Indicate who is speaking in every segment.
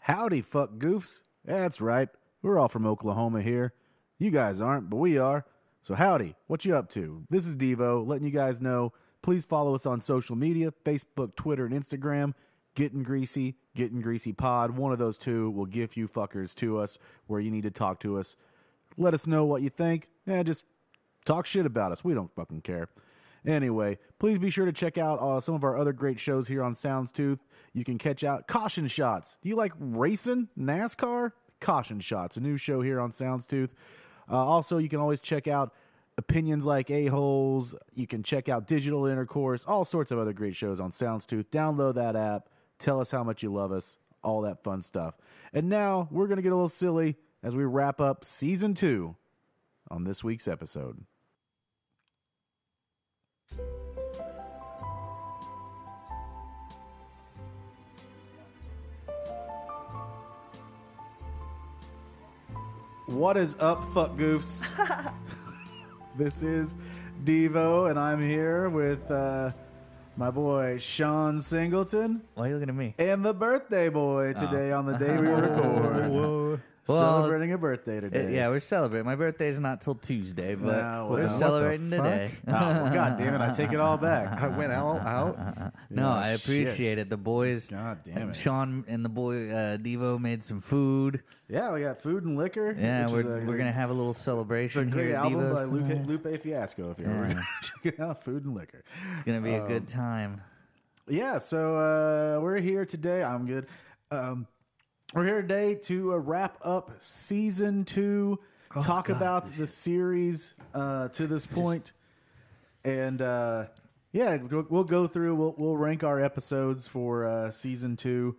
Speaker 1: Howdy, fuck goofs. That's right. We're all from Oklahoma here. You guys aren't, but we are. So, howdy, what you up to? This is Devo, letting you guys know. Please follow us on social media Facebook, Twitter, and Instagram. Getting Greasy, Getting Greasy Pod. One of those two will give you fuckers to us where you need to talk to us. Let us know what you think. Yeah, just talk shit about us. We don't fucking care. Anyway, please be sure to check out uh, some of our other great shows here on Soundstooth. You can catch out Caution Shots. Do you like racing? NASCAR? Caution Shots, a new show here on Soundstooth. Uh, also, you can always check out Opinions Like A-Holes. You can check out Digital Intercourse, all sorts of other great shows on Soundstooth. Download that app. Tell us how much you love us, all that fun stuff. And now we're going to get a little silly as we wrap up season two on this week's episode. What is up, fuck goofs? this is Devo, and I'm here with uh, my boy Sean Singleton
Speaker 2: Why are you looking at me?
Speaker 1: and the birthday boy
Speaker 2: Ah.
Speaker 1: today on the day we record.
Speaker 2: Well,
Speaker 1: Celebrating a birthday today.
Speaker 2: Uh, yeah, we're celebrating. My birthday is not till Tuesday, but
Speaker 1: No, well,
Speaker 2: we're
Speaker 1: then what the
Speaker 2: celebrating
Speaker 3: fuck?
Speaker 2: today.
Speaker 1: Oh, well, God damn it! I take it all back.
Speaker 3: I went all out. Oh,
Speaker 2: no, I
Speaker 1: shit.
Speaker 2: appreciate it. The boys,
Speaker 1: God damn it.
Speaker 2: Sean and the boy uh, Devo made some food.
Speaker 1: Yeah, we got food and liquor.
Speaker 2: Yeah,
Speaker 1: which
Speaker 2: we're,
Speaker 1: is a-
Speaker 2: we're gonna have a little
Speaker 1: It's a
Speaker 2: celebration
Speaker 1: great
Speaker 2: here at
Speaker 1: album by
Speaker 2: Devo's.
Speaker 1: Lupe, Lupe Fiasco. If you're around, check it out. Food and liquor.
Speaker 2: It's gonna be a good
Speaker 1: Oh.
Speaker 2: time.
Speaker 1: Yeah, so uh, we're here today. I'm good. Um, we're here today to uh, wrap up season two.
Speaker 2: Oh,
Speaker 1: talk about the series uh, to this point, and uh, yeah, we'll, we'll go through. We'll we'll rank our episodes for uh, season two,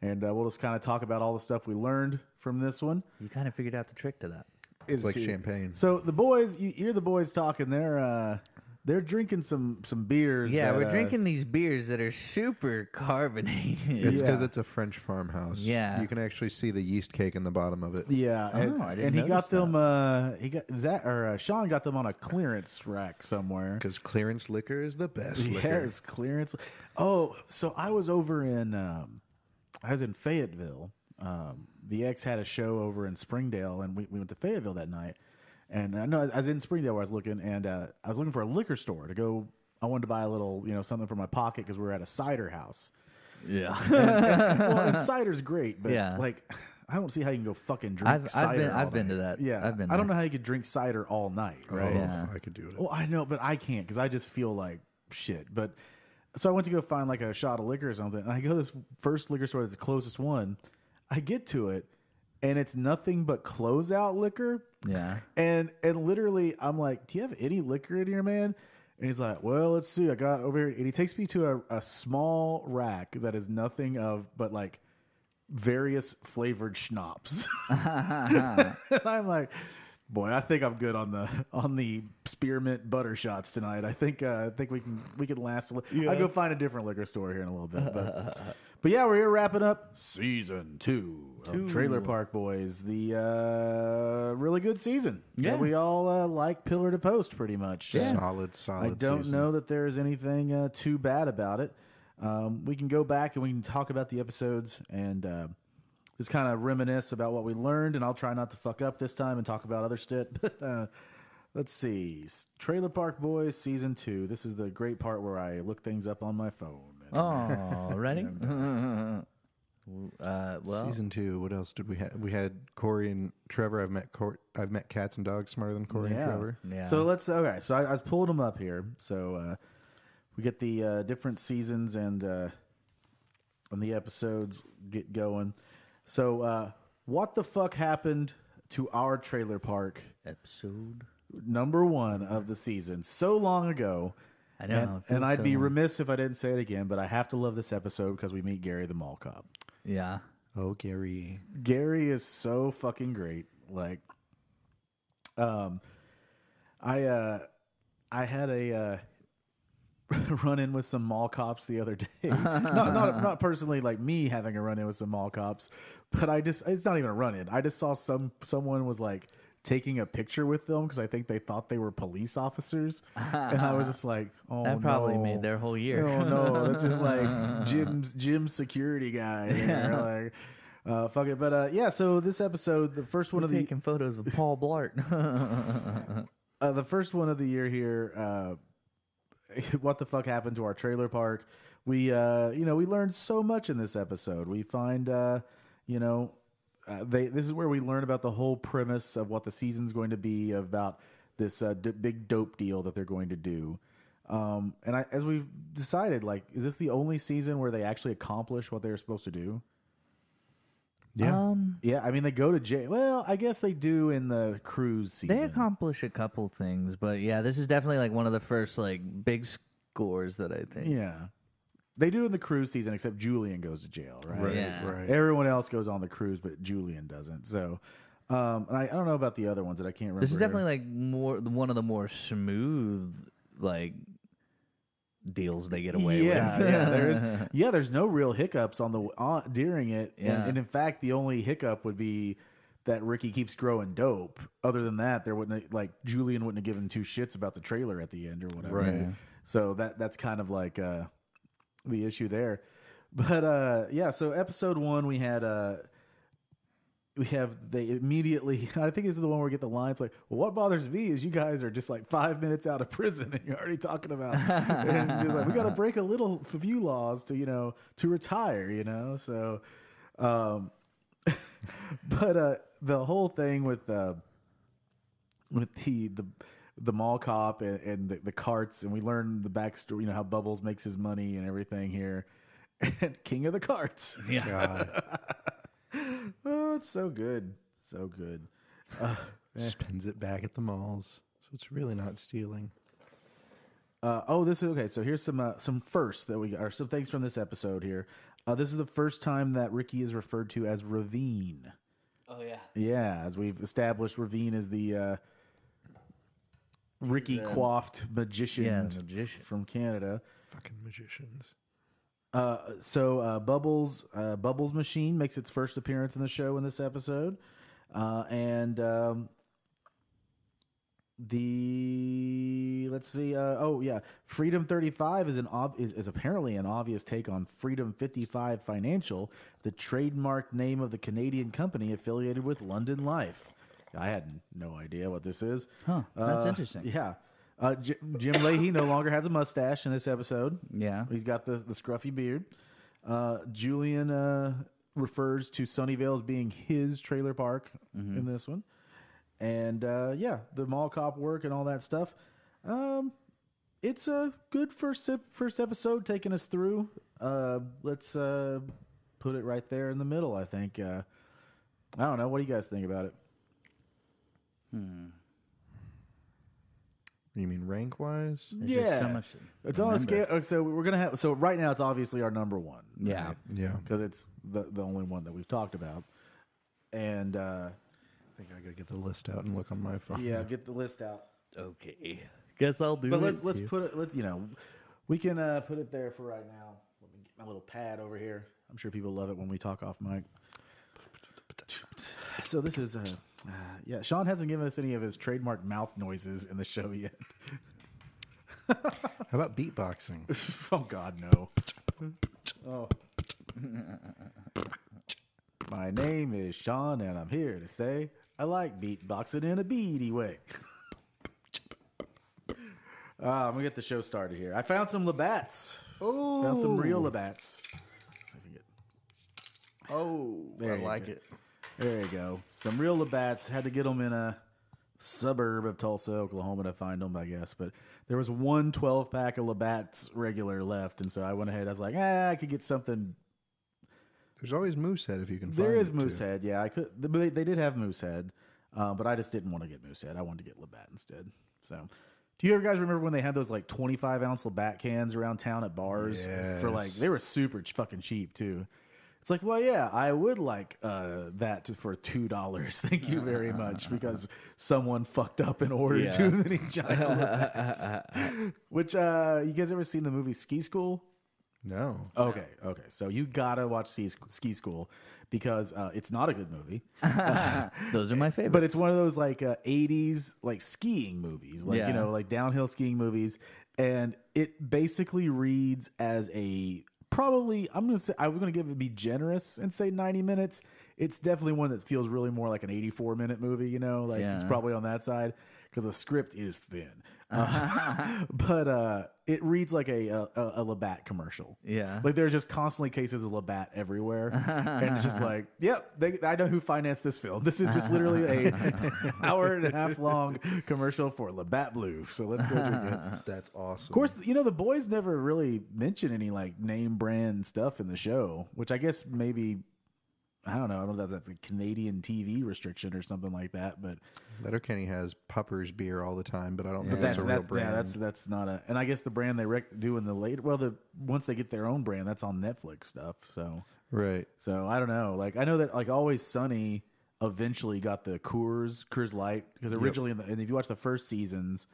Speaker 1: and uh, we'll just kind of talk about all the stuff we learned from this one.
Speaker 2: You kind of figured out the trick to that.
Speaker 1: It's
Speaker 3: like champagne.
Speaker 1: So the boys, you hear the boys talking. They're uh, they're drinking some some beers.
Speaker 2: Yeah,
Speaker 1: that,
Speaker 2: we're
Speaker 1: uh,
Speaker 2: drinking these beers that are super carbonated.
Speaker 3: It's because
Speaker 1: Yeah.
Speaker 3: it's a French farmhouse.
Speaker 2: Yeah.
Speaker 3: You can actually see the yeast cake in the bottom of it.
Speaker 1: Yeah, and,
Speaker 2: Oh, I didn't
Speaker 1: and he got
Speaker 2: notice
Speaker 1: them. Uh, he got Zach or uh, Sean got them on a clearance rack somewhere.
Speaker 3: Because clearance liquor is the best liquor.
Speaker 1: Yes, clearance. Oh, so I was over in, um, I was in Fayetteville. Um, the ex had a show over in Springdale, and we, we went to Fayetteville that night. And I know I was in Springdale where I was looking, and uh, I was looking for a liquor store to go. I wanted to buy a little, you know, something for my pocket because we were at a cider house.
Speaker 2: Yeah,
Speaker 1: well, and cider's great, but
Speaker 2: Yeah.
Speaker 1: like, I don't see how you can go fucking drink
Speaker 2: I've- I've
Speaker 1: cider.
Speaker 2: been-
Speaker 1: all
Speaker 2: I've been to
Speaker 1: night.
Speaker 2: that.
Speaker 1: Yeah,
Speaker 2: I've been
Speaker 1: I don't know
Speaker 2: there.
Speaker 1: how you could drink cider all night,
Speaker 3: Oh,
Speaker 1: right?
Speaker 2: Yeah.
Speaker 3: I could do it.
Speaker 1: Well, I know, but I can't because I just feel like shit. But so I went to go find like a shot of liquor or something, and I go to this first liquor store, that's the closest one. I get to it, and it's nothing but closeout liquor.
Speaker 2: yeah.
Speaker 1: And and literally, I'm like, "Do you have any liquor in here, man?" And he's like, "Well, let's see. I got over here." And he takes me to a, a small rack that is nothing of but like various flavored schnapps. and I'm like, "Boy, I think I'm good on the on the spearmint butter shots tonight. I think uh, I think we can we can last. A li- I'll go find a different liquor store here in a little bit." But, but yeah, we're here wrapping up season two, of Trailer Park Boys, the uh, really good season.
Speaker 2: Yeah.
Speaker 1: that we all uh, like pillar to post pretty much. So-
Speaker 3: Solid, solid.
Speaker 1: I don't
Speaker 3: season.
Speaker 1: know that there is anything uh, too bad about it. Um, we can go back and we can talk about the episodes and uh, just kind of reminisce about what we learned. And I'll try not to fuck up this time and talk about other shit. But uh, let's see, S- Trailer Park Boys season two. This is the great part where I look things up on my phone.
Speaker 2: Oh, ready? uh, well,
Speaker 3: Season two. What else did we have? We had Corey and Trevor. I've met Cor- I've met cats and dogs smarter than Corey and Trevor.
Speaker 2: Yeah.
Speaker 1: So let's okay. So I, I was pulling them up here. So uh, we get the uh, different seasons and uh, when the episodes get going. So uh, what the fuck happened to our trailer park?
Speaker 2: episode.
Speaker 1: Number one of the season, so long ago.
Speaker 2: I know,
Speaker 1: and,
Speaker 2: it feels
Speaker 1: and I'd
Speaker 2: so
Speaker 1: be
Speaker 2: long.
Speaker 1: remiss if I didn't say it again, but I have to love this episode because we meet Gary the mall cop.
Speaker 2: Yeah.
Speaker 3: Oh, Gary.
Speaker 1: Gary is so fucking great. Like, um, I uh, I had a uh, run in with some mall cops the other day. not, not not personally like me having a run in with some mall cops, but I just it's not even a run in. I just saw some someone was like taking a picture with them because I think they thought they were police officers, and I was just like, oh,
Speaker 2: That probably
Speaker 1: no.
Speaker 2: made their whole year.
Speaker 1: No, no, that's just like Jim's Jim's security guy. there. Like, Uh, fuck it. But uh, yeah, so this episode, the first one
Speaker 2: We're
Speaker 1: of the
Speaker 2: taking photos with Paul Blart.
Speaker 1: uh, the first one of the year here. Uh, what the fuck happened to our trailer park? We, uh, you know, we learned so much in this episode. We find, uh, you know, uh, they. This is where we learn about the whole premise of what the season's going to be about this uh, d- big dope deal that they're going to do. Um, and I, as we've decided, like, is this the only season where they actually accomplish what they're supposed to do?
Speaker 3: Yeah.
Speaker 2: Um,
Speaker 1: Yeah, I mean, they go to jail. Well, I guess they do in the cruise season.
Speaker 2: they accomplish a couple things, but yeah, this is definitely like one of the first like big scores that I think.
Speaker 1: Yeah. They do in the cruise season, except Julian goes to jail, right?
Speaker 3: Right.
Speaker 2: Yeah.
Speaker 3: Right.
Speaker 1: Everyone else goes on the cruise, but Julian doesn't. So, um, and I, I don't know about the other ones that I can't remember.
Speaker 2: This is definitely like more one of the more smooth like deals they get away
Speaker 1: yeah,
Speaker 2: with.
Speaker 1: yeah, there is. Yeah, there's no real hiccups on the on, during it, And-
Speaker 2: Yeah.
Speaker 1: and, in fact, the only hiccup would be that Ricky keeps growing dope. Other than that, there wouldn't like Julian wouldn't have given two shits about the trailer at the end or whatever.
Speaker 3: Right. Yeah.
Speaker 1: So that that's kind of like uh, the issue there. But uh, yeah, so episode one we had. Uh, we have they immediately i think this is the one where we get the lines like well what bothers me is you guys are just like five minutes out of prison and you're already talking about and it's like, we got to break a little few laws to you know to retire you know so um but uh the whole thing with uh with the the the mall cop and, and the, the carts and we learn the backstory you know how bubbles makes his money and everything here and king of the carts
Speaker 3: God.
Speaker 1: Oh, it's so good. So good.
Speaker 3: Spends it back at the malls. So it's really not stealing.
Speaker 1: Uh, oh, this is okay. So here's some uh, some firsts that we are some things from this episode here. Uh, this is the first time that Ricky is referred to as Ravine.
Speaker 2: Oh yeah.
Speaker 1: Yeah, as we've established, Ravine is the uh, Ricky coiffed magician,
Speaker 2: um, yeah, the magician.
Speaker 1: from Canada.
Speaker 3: Fucking magicians.
Speaker 1: Uh, so uh, Bubbles uh, Bubbles Machine makes its first appearance in the show in this episode, uh, and um, the let's see. Uh, oh yeah, Freedom Thirty Five is an ob- is, is apparently an obvious take on Freedom Fifty Five Financial, the trademark name of the Canadian company affiliated with London Life. I had no idea what this is.
Speaker 2: Huh, that's
Speaker 1: Uh,
Speaker 2: interesting.
Speaker 1: Yeah. Uh, J- Jim Leahy no longer has a mustache in this episode.
Speaker 2: Yeah.
Speaker 1: He's got the, the scruffy beard. Uh, Julian uh, refers to Sunnyvale as being his trailer park
Speaker 2: Mm-hmm.
Speaker 1: in this one. And uh, yeah, the mall cop work and all that stuff. Um, it's a good first sip, first episode taking us through. Uh, let's uh, put it right there in the middle, I think. Uh, I don't know. What do you guys think about it?
Speaker 3: You mean rank wise?
Speaker 2: There's just so much to
Speaker 1: it's on a scale.
Speaker 2: remember.
Speaker 1: uh, So we're gonna have. So right now, it's obviously our number one.
Speaker 2: Yeah.
Speaker 3: Yeah.
Speaker 1: because it's the the only one that we've talked about. And uh,
Speaker 3: I think I gotta get the list out and look on my phone.
Speaker 1: yeah, get the list out.
Speaker 2: Okay. Guess I'll do
Speaker 1: But
Speaker 2: it.
Speaker 1: let's let's put it. Let's you know, we can uh, put it there for right now. Let me get my little pad over here. I'm sure people love it when we talk off mic. So this is uh, uh, yeah. Sean hasn't given us any of his trademark mouth noises in the show yet.
Speaker 3: How about beatboxing?
Speaker 1: oh God, no. Oh. My name is Sean, and I'm here to say I like beatboxing in a beady way. Uh, I'm gonna get the show started here. I found some Labats. Oh, found some real Labats. See if I can get-
Speaker 3: Oh,
Speaker 1: There you go.
Speaker 3: it.
Speaker 1: There you go. Some real Labats. Had to get them in a suburb of Tulsa, Oklahoma to find them, I guess. But there was one 12 pack of Labats regular left. And so I went ahead. I was like, ah, I could get something.
Speaker 3: There's always Moosehead if you can.
Speaker 1: There
Speaker 3: find
Speaker 1: is
Speaker 3: it, too.
Speaker 1: Moosehead. Yeah, I could. but They, they did have Moosehead. Uh, but I just didn't want to get Moosehead. I wanted to get Labatt instead. So. Do you ever guys remember when they had those like 25 ounce Labatt cans around town at bars for like,
Speaker 3: Yes.
Speaker 1: they were super ch- fucking cheap too. It's like, well, yeah, I would like uh, that for two dollars. Thank you very much, because someone fucked up and ordered
Speaker 2: Yeah.
Speaker 1: too many giant Labatt's. Which uh, you guys ever seen the movie Ski School?
Speaker 3: No.
Speaker 1: Okay, okay. So you gotta watch Ski, Ski School because uh, it's not a good movie,
Speaker 2: Those are my favorite.
Speaker 1: but it's one of those like uh, '80s like skiing movies, like you
Speaker 2: Yeah.
Speaker 1: know, like downhill skiing movies, and it basically reads as a probably I'm gonna say I'm gonna give it be generous and say 90 minutes. It's definitely one that feels really more like an 84 minute movie. You know, like it's
Speaker 2: Yeah.
Speaker 1: probably on that side because the script is thin. Uh, but uh, it reads like a a, a Labatt commercial.
Speaker 2: Yeah.
Speaker 1: Like there's just constantly cases of Labatt everywhere, and it's just like, yep, they, I know who financed this film. This is just literally a hour and a half long commercial for Labatt Blue. So let's go drink it.
Speaker 3: That's awesome.
Speaker 1: Uh-huh. Of course, you know the boys never really mention any like name brand stuff in the show, which I guess maybe I don't know. I don't know if that's a Canadian TV restriction or something like that, but
Speaker 3: Letterkenny has Puppers beer all the time, but I don't think
Speaker 1: that's
Speaker 3: that's a real
Speaker 1: that's,
Speaker 3: brand.
Speaker 1: yeah, that's that's not a. And I guess the brand they rec- do in the later, well, the once they get their own brand, that's on Netflix stuff. So
Speaker 3: right.
Speaker 1: so I don't know. Like I know that like Always Sunny eventually got the Coors Coors Light because originally in the, and if you watch the first seasons,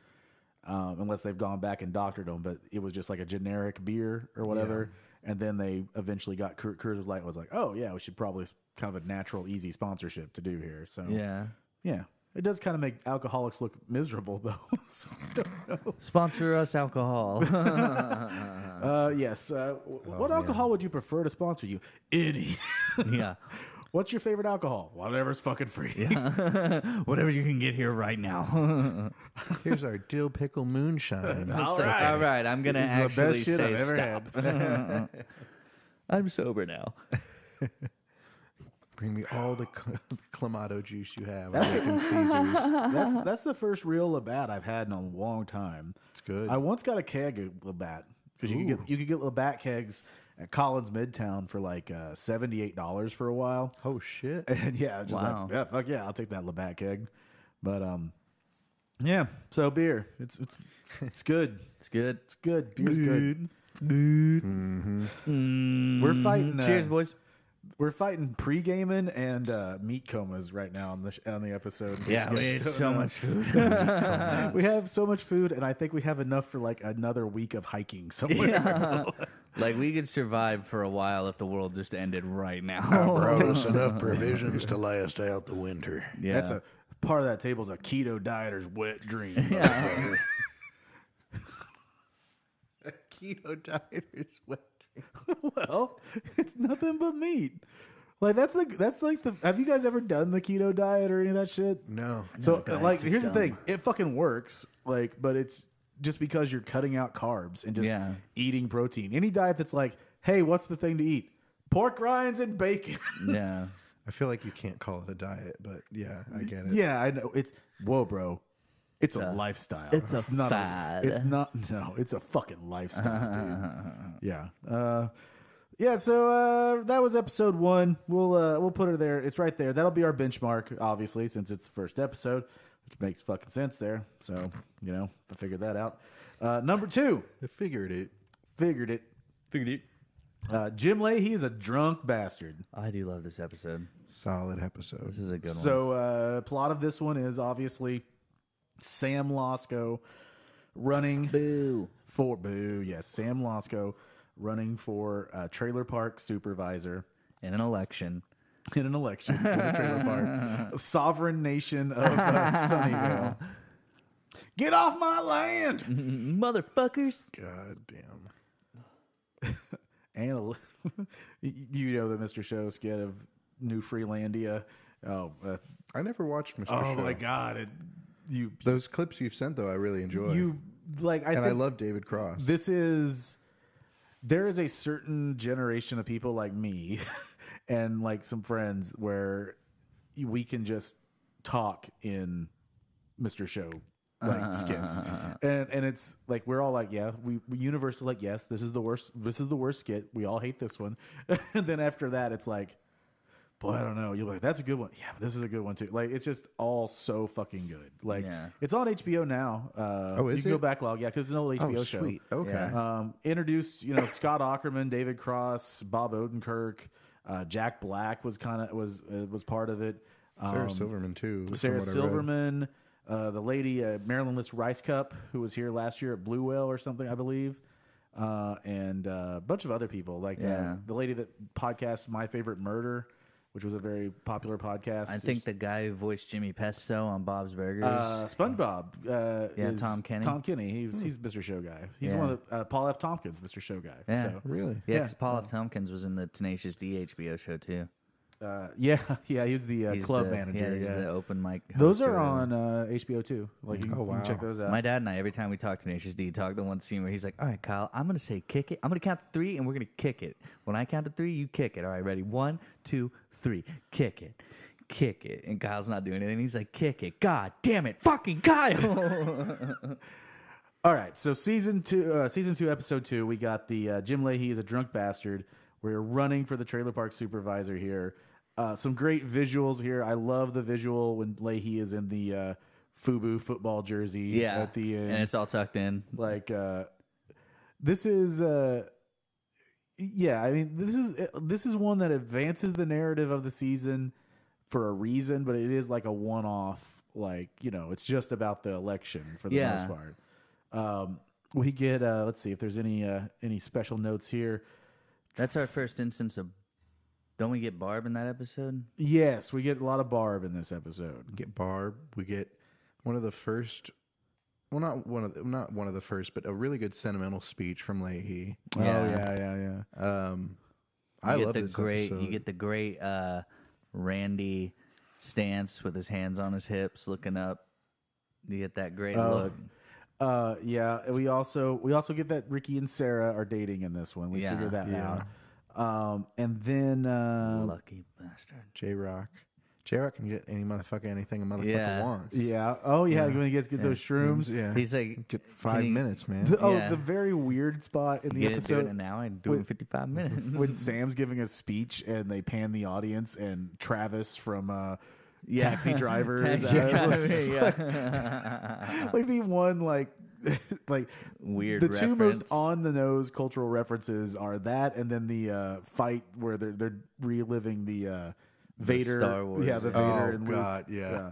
Speaker 1: um, unless they've gone back and doctored them, but it was just like a generic beer or whatever. And then they eventually got Coor- Coors Light was like, oh yeah, we should probably s- kind of a natural, easy sponsorship to do here. So
Speaker 2: yeah.
Speaker 1: yeah. It does kind of make alcoholics look miserable, though. So, I don't know.
Speaker 2: Sponsor us alcohol.
Speaker 1: Uh, yes. Uh, w-
Speaker 2: Oh,
Speaker 1: what alcohol would you prefer to sponsor you? Any.
Speaker 2: yeah.
Speaker 1: What's your favorite alcohol? Whatever's fucking free.
Speaker 2: Whatever you can get here right now.
Speaker 3: Here's our dill pickle moonshine.
Speaker 2: It's
Speaker 1: All
Speaker 2: like,
Speaker 1: right.
Speaker 2: all right, I'm gonna
Speaker 1: This is the
Speaker 2: actually
Speaker 1: best shit
Speaker 2: say
Speaker 1: I've ever
Speaker 2: stop.
Speaker 1: had.
Speaker 2: I'm sober now.
Speaker 3: Bring me all the cl- clamato juice you have. I reckon Caesars.
Speaker 1: that's that's the first real Labatt I've had in a long time.
Speaker 3: It's good.
Speaker 1: I once got a keg of Labatt because you could get you could get Labatt kegs at Collins Midtown for like uh, seventy eight dollars for a while,
Speaker 3: oh shit.
Speaker 1: and yeah, I was just
Speaker 2: Wow.
Speaker 1: like yeah, fuck yeah, I'll take that Labatt keg. But um, yeah, so beer, it's it's it's good,
Speaker 2: It's good.
Speaker 1: it's good, beer's good. We're fighting. uh,
Speaker 2: Mm-hmm. Cheers, boys.
Speaker 1: We're fighting pre gaming and uh, meat comas right now on the sh- on the episode.
Speaker 2: Yeah, we
Speaker 1: Yes.
Speaker 2: ate so much food.
Speaker 1: we have so much food, and I think we have enough for like another week of hiking somewhere.
Speaker 2: like we could survive for a while if the world just ended right now.
Speaker 4: brought us enough provisions to last out the winter.
Speaker 2: yeah.
Speaker 1: That's a part of that table is a keto dieter's wet dream. motherfucker.
Speaker 3: keto diet is wet.
Speaker 1: well, it's nothing but meat. Like that's like that's like the. Have you guys ever done the keto diet or any of that shit?
Speaker 3: No.
Speaker 1: So like,
Speaker 4: diets are
Speaker 1: here's the
Speaker 4: dumb.
Speaker 1: thing: it fucking works. Like, but it's just because you're cutting out carbs and just
Speaker 2: Yeah.
Speaker 1: eating protein. Any diet that's like, hey, what's the thing to eat? Pork rinds and bacon.
Speaker 2: yeah.
Speaker 3: I feel like you can't call it a diet, but yeah, I get it.
Speaker 1: Yeah, I know. It's whoa, bro. It's a lifestyle.
Speaker 2: it's a
Speaker 1: not
Speaker 2: fad.
Speaker 1: it's not no. It's a fucking lifestyle, dude. Yeah. Uh, yeah. So uh, that was episode one. We'll uh, we'll put it there. It's right there. That'll be our benchmark, obviously, since it's the first episode, which makes fucking sense there. So you know, I figured that out. Uh, number two,
Speaker 3: I figured it.
Speaker 1: figured it. Uh, Jim Leahy is a drunk bastard.
Speaker 2: I do love this episode.
Speaker 3: Solid episode.
Speaker 2: This is a good one.
Speaker 1: So uh plot of this one is obviously Sam Losco running
Speaker 2: Boo.
Speaker 1: for boo, yes, Sam Losco running for uh, trailer park supervisor
Speaker 2: In an election.
Speaker 1: in an election for the trailer park sovereign nation of uh, Sunnyvale. Get off my land.
Speaker 2: Motherfuckers.
Speaker 3: God damn.
Speaker 1: And a li- you know the Mr. Show skit of New Freelandia. Oh, uh,
Speaker 3: I never watched Mr.
Speaker 1: oh
Speaker 3: Show.
Speaker 1: my god. It, you
Speaker 3: Those clips you've sent though, I really enjoy.
Speaker 1: you like I
Speaker 3: and
Speaker 1: think
Speaker 3: I love David Cross.
Speaker 1: this is there is a certain generation of people like me and like some friends where we can just talk in Mr. Show like skits. And and it's like we're all like, yeah, we, we universally like, yes, this is the worst this is the worst skit. We all hate this one. and then after that it's like Boy, I don't know. You're like, that's a good one. Yeah, but this is a good one too. Like, it's just all so fucking good. Like,
Speaker 2: Yeah.
Speaker 1: it's on HBO now. Uh,
Speaker 3: Oh, is
Speaker 1: you can
Speaker 3: it?
Speaker 1: go backlog, yeah, because it's an old HBO
Speaker 3: oh
Speaker 1: show.
Speaker 3: sweet. Okay.
Speaker 2: Yeah.
Speaker 1: Um, introduced, you know, Scott Ackerman, David Cross, Bob Odenkirk, uh, Jack Black was kind of was uh, was part of it. Um,
Speaker 3: Sarah Silverman too. from
Speaker 1: Sarah
Speaker 3: what I read.
Speaker 1: Silverman, uh, the lady uh, Marilyn List Rice Cup, who was here last year at Blue Whale or something, I believe, uh, and uh, a bunch of other people like uh,
Speaker 2: Yeah.
Speaker 1: the lady that podcasts My Favorite Murder. which was a very popular podcast.
Speaker 2: I think the guy who voiced Jimmy Pesto on Bob's Burgers.
Speaker 1: Uh, SpongeBob. Uh,
Speaker 2: Yeah,
Speaker 1: is
Speaker 2: Tom Kenny. Hmm.
Speaker 1: Tom Kenny. He was, he's Mr. Show Guy. He's
Speaker 2: Yeah.
Speaker 1: one of the, uh, Paul F. Tompkins, Mr. Show Guy.
Speaker 2: yeah.
Speaker 1: So,
Speaker 3: Really?
Speaker 2: Yeah, 'cause Paul F. Tompkins was in the Tenacious D HBO show too.
Speaker 1: uh, yeah, yeah. He was the uh,
Speaker 2: He's
Speaker 1: club
Speaker 2: the-
Speaker 1: manager.
Speaker 2: Yeah,
Speaker 1: Yeah,
Speaker 2: he's the open mic.
Speaker 1: those
Speaker 2: host or
Speaker 1: are
Speaker 2: whatever.
Speaker 1: on uh, HBO too. Like you, can-
Speaker 3: Oh,
Speaker 1: you can check
Speaker 3: wow.
Speaker 1: those out.
Speaker 2: My dad and I, every time we talk Tenacious D, talk the one scene where he's like, "All right, Kyle, I'm gonna say kick it. I'm gonna count to three, and we're gonna kick it. When I count to three, you kick it. All right, ready? One, two, three. Kick it, kick it." And Kyle's not doing it, and he's like, "Kick it! God damn it, fucking Kyle!"
Speaker 1: All right, so season two, uh, season two, episode two, we got the uh, Jim Leahy is a drunk bastard. We're running for the trailer park supervisor here. Uh, some great visuals here. I love the visual when Leahy is in the uh, FUBU football jersey
Speaker 2: yeah,
Speaker 1: at the end.
Speaker 2: and it's all tucked in.
Speaker 1: like uh this is uh yeah i mean this is this is one that advances the narrative of the season for a reason but it is like a one-off like you know it's just about the election for the
Speaker 2: Yeah.
Speaker 1: most part um we get uh let's see if there's any uh any special notes here
Speaker 2: That's our first instance of. Don't we get Barb in that episode?
Speaker 1: yes we get a lot of barb in this episode
Speaker 3: We get Barb. We get one of the first. Well, not one of the, not one of the first, but a really good sentimental speech from Leahy.
Speaker 1: oh
Speaker 2: Yeah.
Speaker 1: yeah yeah yeah
Speaker 3: Um,
Speaker 2: You
Speaker 3: I
Speaker 2: get
Speaker 3: love
Speaker 2: the
Speaker 3: this
Speaker 2: great.
Speaker 3: episode.
Speaker 2: You get the great uh, Randy stance with his hands on his hips, looking up. You get that great
Speaker 3: Oh,
Speaker 2: look.
Speaker 1: Uh, yeah. and We also we also get that Ricky and Sarah are dating in this one. We
Speaker 2: Yeah.
Speaker 1: figure that out. Um, and then uh,
Speaker 2: Lucky bastard.
Speaker 3: J Rock. J Rock can get any motherfucker anything a motherfucker
Speaker 2: Yeah.
Speaker 3: wants.
Speaker 1: yeah. Oh yeah. When he gets get those shrooms.
Speaker 3: Yeah.
Speaker 2: He's like,
Speaker 3: get five
Speaker 2: can you-
Speaker 3: minutes, man.
Speaker 1: The- oh,
Speaker 2: Yeah.
Speaker 1: the very weird spot in
Speaker 2: You
Speaker 1: the
Speaker 2: get to do it
Speaker 1: episode
Speaker 2: in an hour and do it in 55 minutes.
Speaker 1: when Sam's giving a speech and they pan the audience and Travis from uh,
Speaker 2: Yeah.
Speaker 1: Taxi Driver. is
Speaker 2: Taxi
Speaker 1: out. It's
Speaker 2: driver, yeah.
Speaker 1: like, like the one like. like
Speaker 2: Weird
Speaker 1: the two most
Speaker 2: reference.
Speaker 1: on the nose cultural references are that and then the uh fight where they're they're reliving the uh Vader
Speaker 2: Star Wars,
Speaker 1: yeah the
Speaker 2: yeah.
Speaker 1: Vader
Speaker 3: Oh,
Speaker 1: and
Speaker 3: God,
Speaker 1: Luke.
Speaker 3: yeah.
Speaker 1: yeah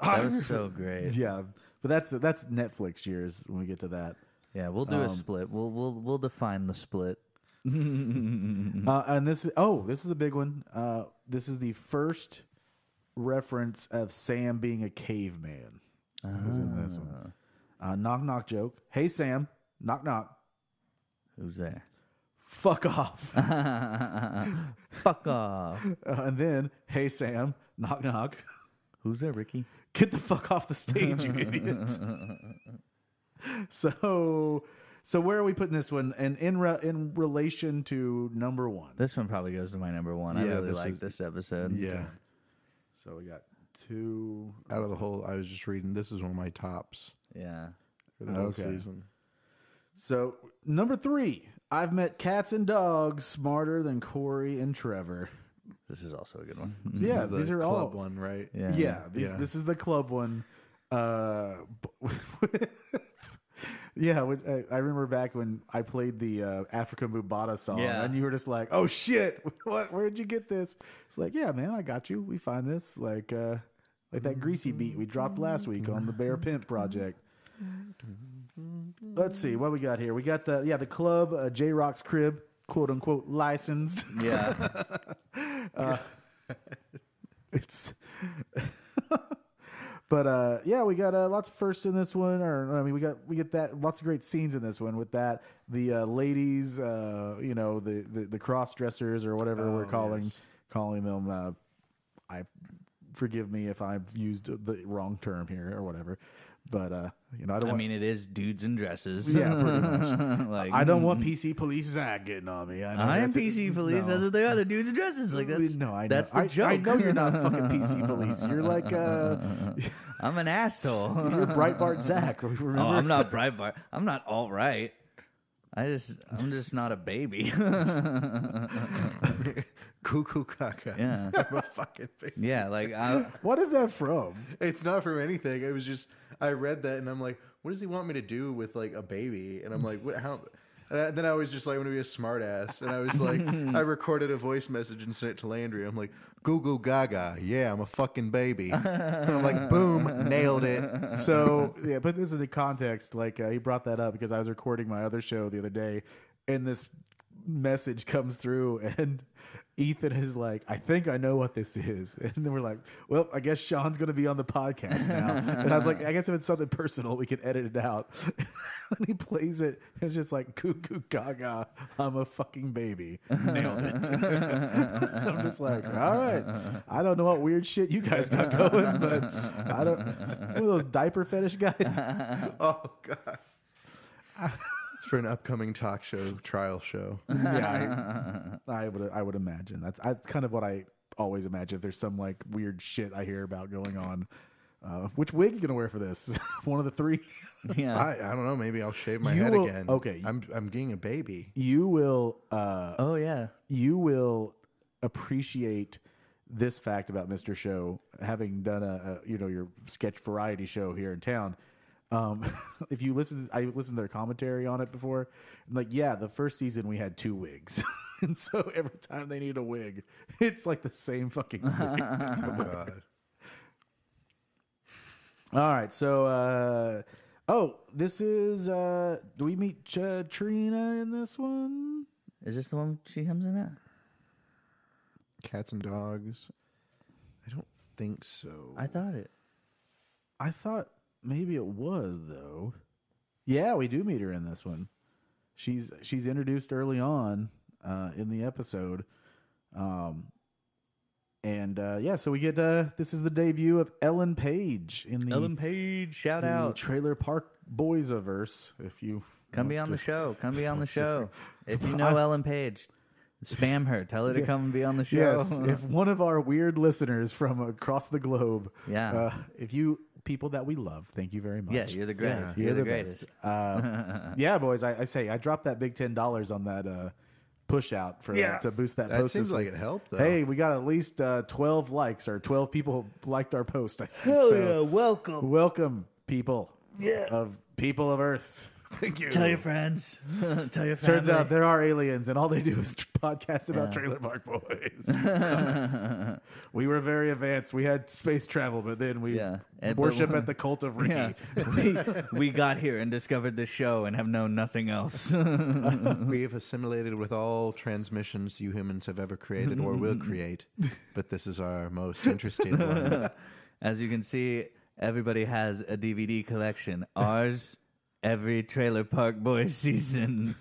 Speaker 2: That was so great. Yeah,
Speaker 1: Yeah. but that's that's Netflix years when we get to that
Speaker 2: we'll do a split. We'll we'll we'll define the split.
Speaker 1: uh, and this oh this is a big one uh this is the first reference of Sam being a caveman Was in this one. Uh, knock knock joke hey Sam knock knock
Speaker 2: Who's there?
Speaker 1: fuck off
Speaker 2: Fuck off.
Speaker 1: Uh, and then hey Sam knock knock
Speaker 2: Who's there, Ricky?
Speaker 1: get the fuck off the stage, you idiots. so, so where are we putting this one? And in re- in relation to number one,
Speaker 2: This one probably goes to my number one. I
Speaker 3: Yeah,
Speaker 2: really
Speaker 3: this
Speaker 2: like
Speaker 3: is-
Speaker 2: this episode.
Speaker 3: yeah.
Speaker 1: so we got two.
Speaker 3: Out of the whole, I was just reading. This is one of my tops
Speaker 2: Yeah.
Speaker 3: for the whole
Speaker 1: Okay.
Speaker 3: season.
Speaker 1: So number three, I've met cats and dogs smarter than Corey and Trevor.
Speaker 2: This is also a good one.
Speaker 1: Yeah,
Speaker 3: The
Speaker 1: these are all.
Speaker 3: club one, right?
Speaker 2: Yeah.
Speaker 1: Yeah, these,
Speaker 3: Yeah.
Speaker 1: this is the club one. Uh, b- yeah, when, I, I remember back when I played the uh, Africa Mubata song,
Speaker 2: Yeah.
Speaker 1: and you were just like, "Oh shit, what? Where'd you get this?" It's like, "Yeah, man, I got you. We find this like uh, like that greasy beat we dropped last week on the Bear Pimp project." Let's see what we got here. We got the yeah the club uh, J Rock's crib quote unquote licensed.
Speaker 2: Yeah.
Speaker 1: It's. but uh, yeah, we got uh, lots of first in this one. Or I mean, we got we get that lots of great scenes in this one with that the uh, ladies, uh, you know, the the, the cross dressers or whatever
Speaker 2: Oh,
Speaker 1: we're calling calling them. Uh, I forgive me if I've used the wrong term here or whatever, but uh, you know, I don't.
Speaker 2: I
Speaker 1: want,
Speaker 2: mean, it is dudes in dresses.
Speaker 1: Yeah, pretty much.
Speaker 2: like,
Speaker 1: I don't
Speaker 2: mm-hmm.
Speaker 1: want PC police Zach getting on me. I, know
Speaker 2: I am
Speaker 1: that's it.
Speaker 2: PC police.
Speaker 1: No.
Speaker 2: That's what they are. They're dudes in dresses. Like that's
Speaker 1: no, I know.
Speaker 2: that's the
Speaker 1: I,
Speaker 2: joke.
Speaker 1: I know you're not fucking PC police. You're like uh,
Speaker 2: I'm an asshole.
Speaker 1: you're Breitbart Zach. Remember?
Speaker 2: oh, I'm not Breitbart. I'm not all right. I just, I'm just not a baby.
Speaker 3: Cuckoo caca.
Speaker 2: Yeah.
Speaker 3: I'm a fucking thing.
Speaker 2: yeah, like I,
Speaker 1: What is that from?
Speaker 3: It's not from anything. It was just I read that and I'm like, what does he want me to do with like a baby? And I'm like, what? How? And I- then I was just like, I'm gonna be a smart ass. And I was like, I recorded a voice message and sent it to Landry. I'm like, goo goo gaga. Yeah, I'm a fucking baby. and I'm like, boom, nailed it.
Speaker 1: So yeah, put this into context. Like uh, he brought that up because I was recording my other show the other day, and this message comes through, and Ethan is like, I think I know what this is. And then we're like, well, I guess Sean's going to be on the podcast now. and I was like, I guess if it's something personal, we can edit it out. and he plays it, and it's just like, cuckoo gaga, I'm a fucking baby. Nailed it. I'm just like, all right. I don't know what weird shit you guys got going, but I don't. One of those diaper fetish guys.
Speaker 3: Oh god. it's for an upcoming talk show trial show.
Speaker 1: Uh-huh. yeah, I, I would I would imagine that's that's kind of what I always imagine. If there's some like weird shit I hear about going on, uh, which wig you gonna wear for this? One of the three.
Speaker 2: Yeah.
Speaker 3: I, I don't know. Maybe I'll shave my
Speaker 1: You
Speaker 3: head
Speaker 1: will-
Speaker 3: again.
Speaker 1: okay.
Speaker 3: I'm I'm getting a baby.
Speaker 1: You will uh,
Speaker 2: oh yeah.
Speaker 1: you will appreciate this fact about Mr. Show having done a, a you know your sketch variety show here in town. Um, if you listen, I listened to their commentary on it before. and like, yeah, the first season we had two wigs, and so every time they need a wig, it's like the same fucking wig.
Speaker 3: Oh god.
Speaker 1: All right, so uh, oh, this is uh, do we meet uh, Trina in this one?
Speaker 2: Is this the one she comes in at?
Speaker 3: Cats and dogs. I don't think so.
Speaker 2: I thought it.
Speaker 1: I thought maybe it was though. Yeah, we do meet her in this one. She's she's introduced early on uh, in the episode, um, and uh, yeah, so we get uh, this is the debut of Ellen Page in the,
Speaker 2: Ellen Page, shout
Speaker 1: the
Speaker 2: out.
Speaker 1: Trailer Park Boys verse. If you
Speaker 2: Come
Speaker 1: want
Speaker 2: be on
Speaker 1: to-
Speaker 2: the show. Come be on the show. If you know Ellen Page, spam her. Tell her to come and be on the show.
Speaker 1: Yes, if one of our weird listeners from across the globe,
Speaker 2: Yeah.
Speaker 1: uh, if you people that we love, thank you very much.
Speaker 2: yeah, you're the greatest. You're, the, greatest.
Speaker 1: best. Uh, yeah, boys. I, I say I dropped that big ten dollars on that uh, push out for
Speaker 2: Yeah.
Speaker 1: to boost that,
Speaker 3: that
Speaker 1: post.
Speaker 3: seems
Speaker 1: this
Speaker 3: like
Speaker 1: week.
Speaker 3: it helped though.
Speaker 1: Hey, we got at least uh, twelve likes or twelve people liked our post. I think.
Speaker 2: Hell yeah,
Speaker 1: so
Speaker 2: welcome.
Speaker 1: welcome, people.
Speaker 2: Yeah.
Speaker 1: of people of Earth. Thank you.
Speaker 2: Tell your friends. Tell your friends.
Speaker 1: Turns out there are aliens, and all they do is podcast about Trailer Park Boys. we were very advanced. We had space travel, but then we
Speaker 2: Yeah. And- but
Speaker 1: worship
Speaker 2: one-
Speaker 1: at the cult of Ricky.
Speaker 2: yeah. we, we got here and discovered the show and have known nothing else.
Speaker 3: We have assimilated with all transmissions you humans have ever created or will create, but this is our most interesting one.
Speaker 2: As you can see, everybody has a DVD collection. Ours, every Trailer Park Boys season.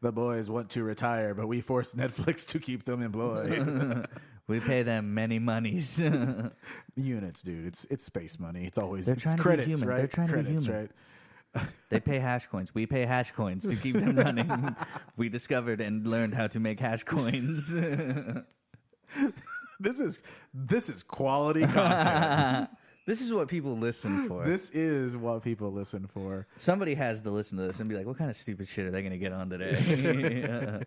Speaker 1: The boys want to retire, but we force Netflix to keep them employed.
Speaker 2: We pay them many monies.
Speaker 1: Units, dude. It's it's space money. It's always
Speaker 2: They're
Speaker 1: it's
Speaker 2: trying to be
Speaker 1: credits,
Speaker 2: human.
Speaker 1: right?
Speaker 2: They're trying to be
Speaker 1: credits,
Speaker 2: human.
Speaker 1: right?
Speaker 2: they pay hash coins. We pay hash coins to keep them running. we discovered and learned how to make hash coins.
Speaker 1: This is this is quality content.
Speaker 2: this is what people listen for.
Speaker 1: this is what people listen for.
Speaker 2: Somebody has to listen to this and be like, what kind of stupid shit are they going to get on today?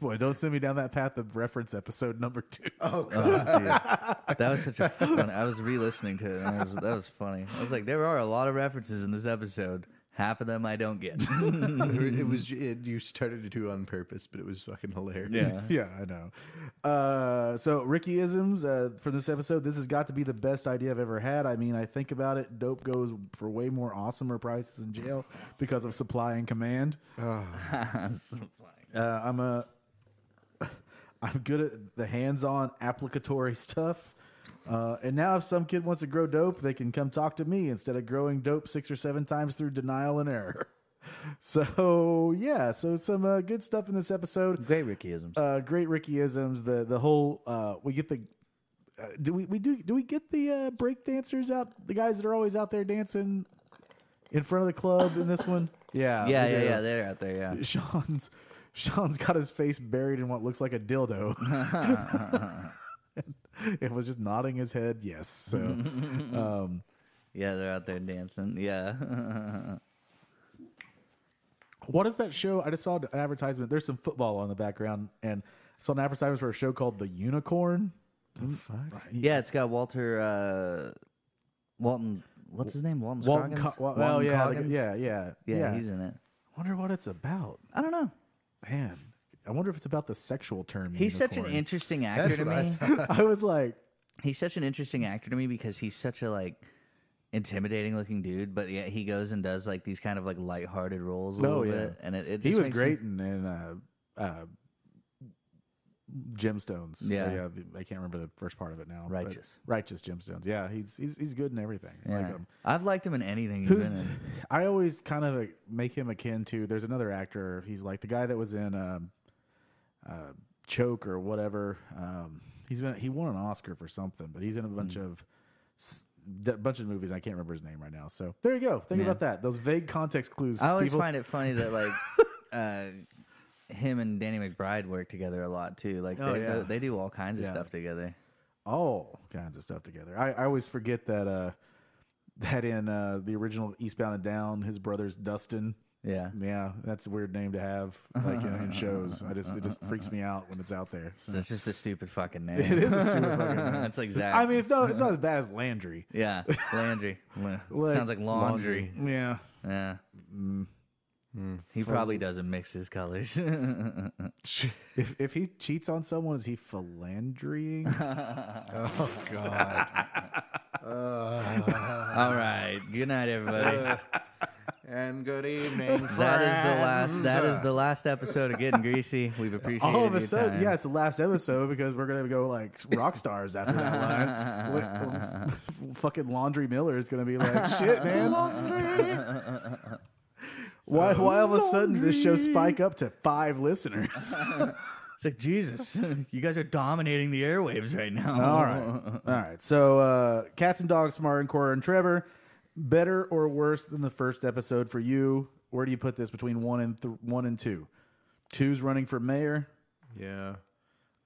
Speaker 1: Boy, don't send me down that path of reference episode number two.
Speaker 2: Oh, dude. That was such a fun. I was re-listening to it. And I was, that was funny. I was like, there are a lot of references in this episode. Half of them I don't get.
Speaker 3: it was it, you started to do on purpose, but it was fucking hilarious.
Speaker 1: yeah, I know. Uh, so Ricky isms uh, from this episode. This has got to be the best idea I've ever had. I mean, I think about it. Dope goes for way more awesomer prices in jail because of supply and command. Uh, I'm a I'm good at the hands-on applicatory stuff. Uh, and now, if some kid wants to grow dope, they can come talk to me instead of growing dope six or seven times through denial and error. So yeah, so some uh, good stuff in this episode
Speaker 2: Great Rickyisms.
Speaker 1: uh, great Rickyisms. The the whole uh, we get the uh, do we we do do we get the uh, break dancers out the guys that are always out there dancing in front of the club in this one? Yeah,
Speaker 2: yeah,
Speaker 1: we
Speaker 2: yeah,
Speaker 1: do.
Speaker 2: yeah. They're out there. Yeah.
Speaker 1: Sean's Sean's got his face buried in what looks like a dildo. it was just nodding his head yes. So um,
Speaker 2: Yeah, they're out there dancing. Yeah.
Speaker 1: what is that show? I just saw an advertisement. There's some football on the background, and I saw an advertisement for a show called The Unicorn. Hmm?
Speaker 2: yeah, it's got Walter, uh, Walton, what's his name? Walton
Speaker 1: Walton,
Speaker 2: Scroggins?
Speaker 1: Co- well,
Speaker 2: Walton
Speaker 1: well, yeah, the-
Speaker 2: Coggins?
Speaker 1: yeah, yeah,
Speaker 2: yeah. he's in it.
Speaker 1: Wonder what it's about.
Speaker 2: I don't know.
Speaker 1: Man, I wonder if it's about the sexual term.
Speaker 2: He's such an
Speaker 1: unicorn.
Speaker 2: interesting actor to
Speaker 3: what I
Speaker 2: me.
Speaker 1: I was like,
Speaker 2: he's such an interesting actor to me because he's such a like intimidating looking dude, but yet he goes and does like these kind of like lighthearted roles a
Speaker 1: oh
Speaker 2: little
Speaker 1: yeah,
Speaker 2: bit, and it, it
Speaker 1: he
Speaker 2: just
Speaker 1: was
Speaker 2: makes
Speaker 1: great
Speaker 2: Me,
Speaker 1: in, in uh, uh, gemstones.
Speaker 2: Yeah.
Speaker 1: yeah. the- I can't remember the first part of it now. but-
Speaker 2: Righteous.
Speaker 1: righteous gemstones. Yeah, he's he's he's good in everything. Like,
Speaker 2: Yeah.
Speaker 1: um,
Speaker 2: I've liked him in anything he's
Speaker 1: Who's
Speaker 2: been in.
Speaker 1: I always kind of like, make him akin to. There's another actor. He's like the guy that was in um, uh, Choke or whatever. Um, he's been he won an Oscar for something, but he's in a bunch
Speaker 2: Hmm.
Speaker 1: of s- d- bunch of movies. I can't remember his name right now. So there you go. Think
Speaker 2: Yeah.
Speaker 1: about that. Those vague context clues.
Speaker 2: I always
Speaker 1: people.
Speaker 2: find it funny that like uh, him and Danny McBride work together a lot too. Like
Speaker 1: Oh,
Speaker 2: they,
Speaker 1: yeah.
Speaker 2: they do all kinds of
Speaker 1: Yeah.
Speaker 2: stuff together.
Speaker 1: all kinds of stuff together. I, I always forget that uh, that in uh, the original Eastbound and Down, his brother's Dustin.
Speaker 2: Yeah.
Speaker 1: Yeah, that's a weird name to have like in, in shows. I just it just freaks me out when it's out there. So.
Speaker 2: So it's just a stupid fucking name.
Speaker 1: It is a stupid fucking name.
Speaker 2: it's like Zach.
Speaker 1: I mean, it's not it's not as bad as Landry.
Speaker 2: yeah, Landry. L- Sounds like laundry.
Speaker 1: Yeah, Mm.
Speaker 2: Yeah. He probably doesn't mix his colors.
Speaker 1: if if he cheats on someone, is he philandering?
Speaker 4: Oh God.
Speaker 2: all right. Good night, everybody.
Speaker 3: And good evening.
Speaker 2: that is the last. That is
Speaker 3: friends.
Speaker 2: the last episode of Getting Greasy. We've appreciated
Speaker 1: All of a
Speaker 2: your
Speaker 1: sudden,
Speaker 2: time.
Speaker 1: yeah, it's the last episode because we're gonna go like rock stars after that line. What- fucking Laundry Miller is gonna be like, shit, man. Why, why all of a sudden this show spike up to five listeners?
Speaker 2: It's like Jesus. you guys are dominating the airwaves right now.
Speaker 1: All right. All right. So, uh, Cats and Dogs, Martin, Cora, and Trevor, better or worse than the first episode for you? Where do you put this between one and th- one and two? Two's running for mayor.
Speaker 3: Yeah.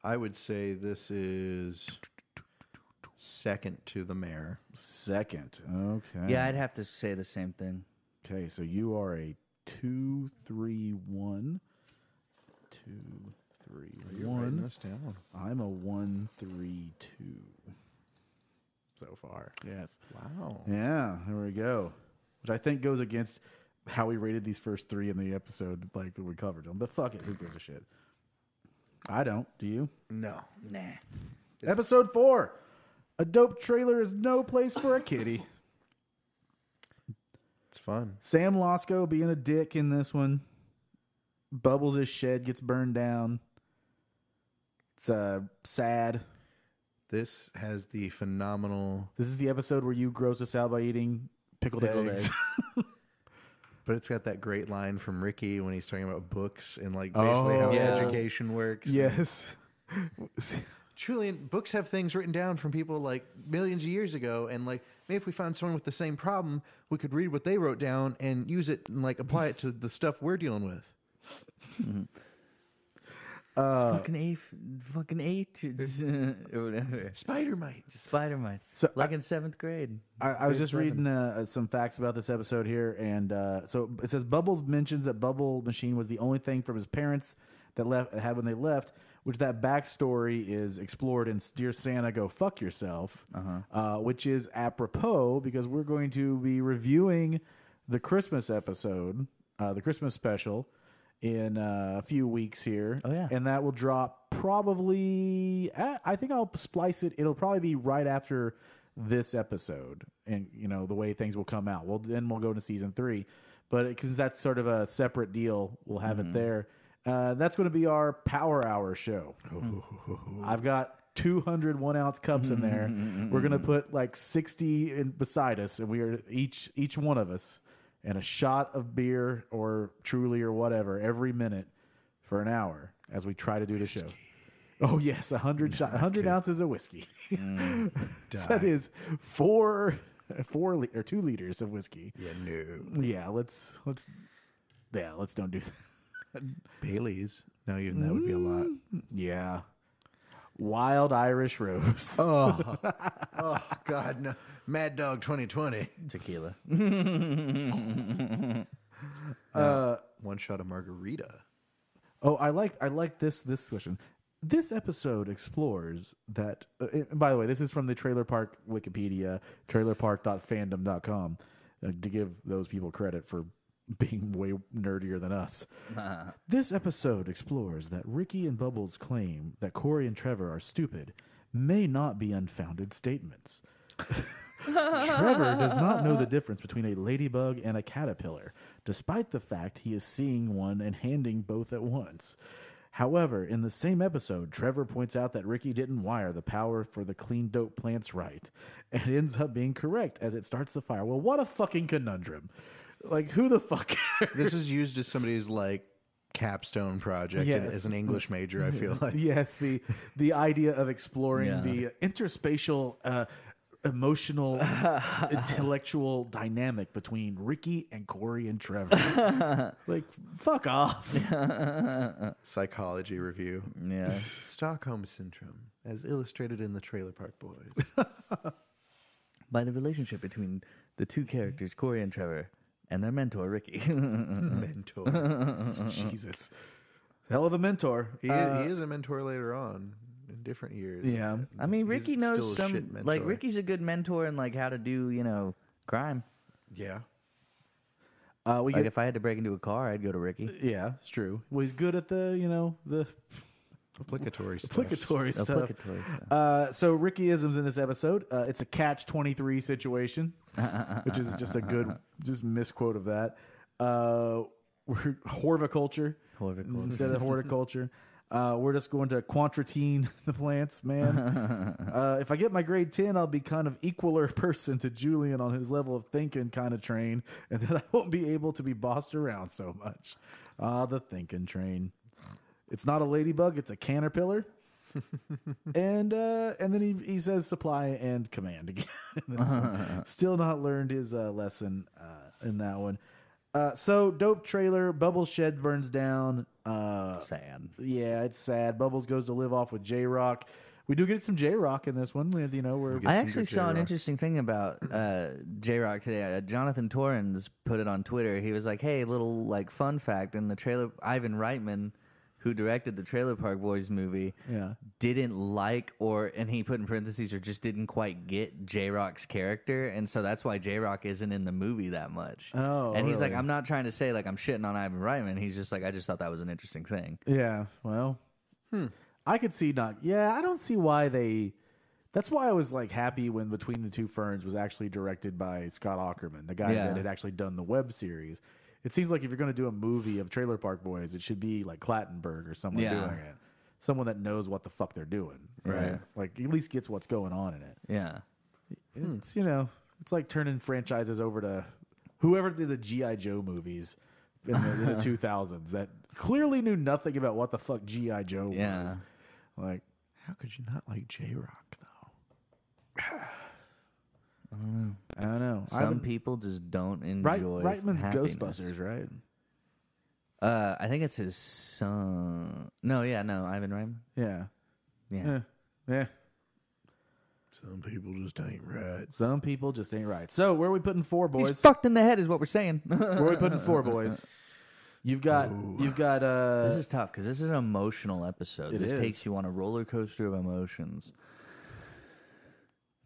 Speaker 3: I would say this is second to the mayor.
Speaker 1: Second. Okay.
Speaker 2: Yeah, I'd have to say the same thing.
Speaker 1: Okay. So you are a two, three, one. Two, three, one.
Speaker 3: This down.
Speaker 1: I'm a one, three, two. So far. Yes.
Speaker 3: Wow.
Speaker 1: Yeah, there we go. Which I think goes against how we rated these first three in the episode, like that we covered them. But fuck it, who gives a shit? I don't. Do you?
Speaker 4: No.
Speaker 2: Nah.
Speaker 1: episode four. A dope trailer is no place for a kitty.
Speaker 3: It's fun.
Speaker 1: Sam Losco being a dick in this one. Bubbles' shed gets burned down. It's uh, sad.
Speaker 3: This has the phenomenal,
Speaker 1: This is the episode where you gross us out by eating pickled,
Speaker 2: Pickled
Speaker 1: eggs.
Speaker 2: eggs.
Speaker 3: but it's got that great line from Ricky when he's talking about books and like basically how
Speaker 1: Oh.
Speaker 2: Yeah.
Speaker 3: education works.
Speaker 1: yes.
Speaker 3: Truly, and books have things written down from people like millions of years ago. And like, maybe if we found someone with the same problem, we could read what they wrote down and use it and like apply it to the stuff we're dealing with.
Speaker 1: Uh,
Speaker 2: It's fucking a fucking eight or whatever.
Speaker 3: Spider mite.
Speaker 2: Spider mite.
Speaker 1: So uh,
Speaker 2: like in seventh grade.
Speaker 1: I, I was just reading uh, some facts about this episode here, and uh, so it says Bubbles mentions that Bubble Machine was the only thing from his parents that left had when they left, which that backstory is explored in "Dear Santa, Go Fuck Yourself,"
Speaker 2: Uh-huh.
Speaker 1: uh, which is apropos because we're going to be reviewing the Christmas episode, uh, the Christmas special, in uh, a few weeks here.
Speaker 2: Oh, yeah.
Speaker 1: and that will drop probably. I I think I'll splice it. It'll probably be right after this episode, and you know the way things will come out. Well, then we'll go to season three, but because that's sort of a separate deal, we'll have it there. Uh, that's going to be our power hour show. I've got 200 one ounce cups in there. We're gonna put like 60 in beside us, and we are each each one of us, and a shot of beer or Truly or whatever every minute for an hour as we try to do the show. Oh yes, 100 shot, 100 ounces of whiskey. that is four four li- or two liters of whiskey.
Speaker 4: Yeah, no.
Speaker 1: Yeah, let's let's yeah let's don't do that.
Speaker 3: Bailey's. No, even that would be a lot.
Speaker 1: Mm. Yeah, wild Irish rose.
Speaker 4: Oh God, no. Mad Dog 2020.
Speaker 2: Tequila.
Speaker 3: One shot of margarita.
Speaker 1: Oh, I like I like this this question. This episode explores that. Uh, and by the way, this is from the Trailer Park Wikipedia, trailerpark.fandom.com, uh, to give those people credit for being way nerdier than us. This episode explores that Ricky and Bubbles' claim that Corey and Trevor are stupid may not be unfounded statements. Trevor does not know the difference between a ladybug and a caterpillar, despite the fact he is seeing one and handing both at once. However, in the same episode, Trevor points out that Ricky didn't wire the power for the clean dope plants right and ends up being correct as it starts the fire. Well, what a fucking conundrum. Like, who the fuck cares?
Speaker 3: This is used as somebody's like capstone project
Speaker 1: Yes.
Speaker 3: as an English major. I feel like
Speaker 1: yes the the idea of exploring
Speaker 2: Yeah.
Speaker 1: the interspatial uh, emotional intellectual dynamic between ricky and corey and trevor like fuck off
Speaker 3: psychology review.
Speaker 2: Yeah.
Speaker 3: Stockholm syndrome, as illustrated in the Trailer Park Boys.
Speaker 2: By the relationship between the two characters, Corey and Trevor, and their mentor, Ricky.
Speaker 3: mentor.
Speaker 1: jesus hell of a mentor
Speaker 3: He, he is a mentor later on in different years.
Speaker 1: yeah
Speaker 2: I mean,
Speaker 3: He's
Speaker 2: Ricky
Speaker 3: still
Speaker 2: knows
Speaker 3: a
Speaker 2: some.
Speaker 3: shit mentor.
Speaker 2: Like, Ricky's a good mentor in like how to do, you know, crime.
Speaker 3: Yeah.
Speaker 1: uh, we
Speaker 2: Like,
Speaker 1: get,
Speaker 2: if I had to break into a car, I'd go to Ricky.
Speaker 1: yeah it's true well he's good at the you know the
Speaker 3: Obligatory stuff.
Speaker 1: applicatory stuff
Speaker 2: Obligatory stuff.
Speaker 1: uh, so Rickyisms in this episode, uh, it's a catch twenty three situation, which is just a good just misquote of that. Uh, we're horticulture,
Speaker 2: Horticulture.
Speaker 1: instead of horticulture. Uh, we're just going to quantratine the plants, man. uh, if I get my grade ten, I'll be kind of equaler person to Julian on his level of thinking kind of train, and then I won't be able to be bossed around so much. Ah, the thinking train. It's not a ladybug; it's a caterpillar and uh, and then he, he says supply and command again. And this one. Still not learned his uh, lesson uh, in that one. Uh, so dope trailer. Bubbles shed burns down. Uh,
Speaker 2: Sad.
Speaker 1: yeah, it's sad. Bubbles goes to live off with J Rock. We do get some J Rock in this one. We- You know, we're
Speaker 3: Get
Speaker 2: I
Speaker 3: some
Speaker 2: actually
Speaker 3: good
Speaker 2: saw an
Speaker 3: J-Rock.
Speaker 2: interesting thing about uh, J Rock today. Uh, Jonathan Torrens put it on Twitter. He was like, "Hey, little like fun fact in the trailer. Ivan Reitman, who directed the Trailer Park Boys movie,
Speaker 1: Yeah.
Speaker 2: didn't like or and he put in parentheses or just didn't quite get J Rock's character, and so that's why J Rock isn't in the movie that much.
Speaker 1: Oh,
Speaker 2: and he's like,
Speaker 1: really?
Speaker 2: "I'm not trying to say like I'm shitting on Ivan Reitman. He's just like, I just thought that was an interesting thing.
Speaker 1: yeah. Well,
Speaker 2: Hmm.
Speaker 1: I could see not. Yeah, I don't see why they. That's why I was like happy when Between the Two Ferns was actually directed by Scott Ackerman, the guy
Speaker 2: Yeah.
Speaker 1: that had actually done the web series. It seems like if you're going to do a movie of Trailer Park Boys, it should be like Clattenburg or someone
Speaker 2: Yeah.
Speaker 1: doing it, someone that knows what the fuck they're doing, right? Like at least gets what's going on in it.
Speaker 2: Yeah,
Speaker 1: It's you know, it's like turning franchises over to whoever did the GI Joe movies in the, in the 2000s that clearly knew nothing about what the fuck GI Joe
Speaker 2: Yeah.
Speaker 1: was. Like
Speaker 3: How could you not like J Rock though?
Speaker 1: I don't know.
Speaker 2: some
Speaker 1: Ivan-
Speaker 2: people just don't
Speaker 1: Right,
Speaker 2: enjoy
Speaker 1: Reitman's
Speaker 2: happiness.
Speaker 1: Ghostbusters, right?
Speaker 2: Uh, I think it's his son. No, yeah, no, Ivan Reitman.
Speaker 1: Yeah.
Speaker 2: Yeah.
Speaker 1: yeah, yeah.
Speaker 4: Some people just ain't right.
Speaker 1: Some people just ain't right. So where are we putting four boys? Uh,
Speaker 2: He's fucked in the head, is what we're saying.
Speaker 1: where are we putting four boys? You've got you've got uh
Speaker 2: this is tough because this is an emotional episode.
Speaker 1: It
Speaker 2: this
Speaker 1: is.
Speaker 2: takes you on a roller coaster of emotions.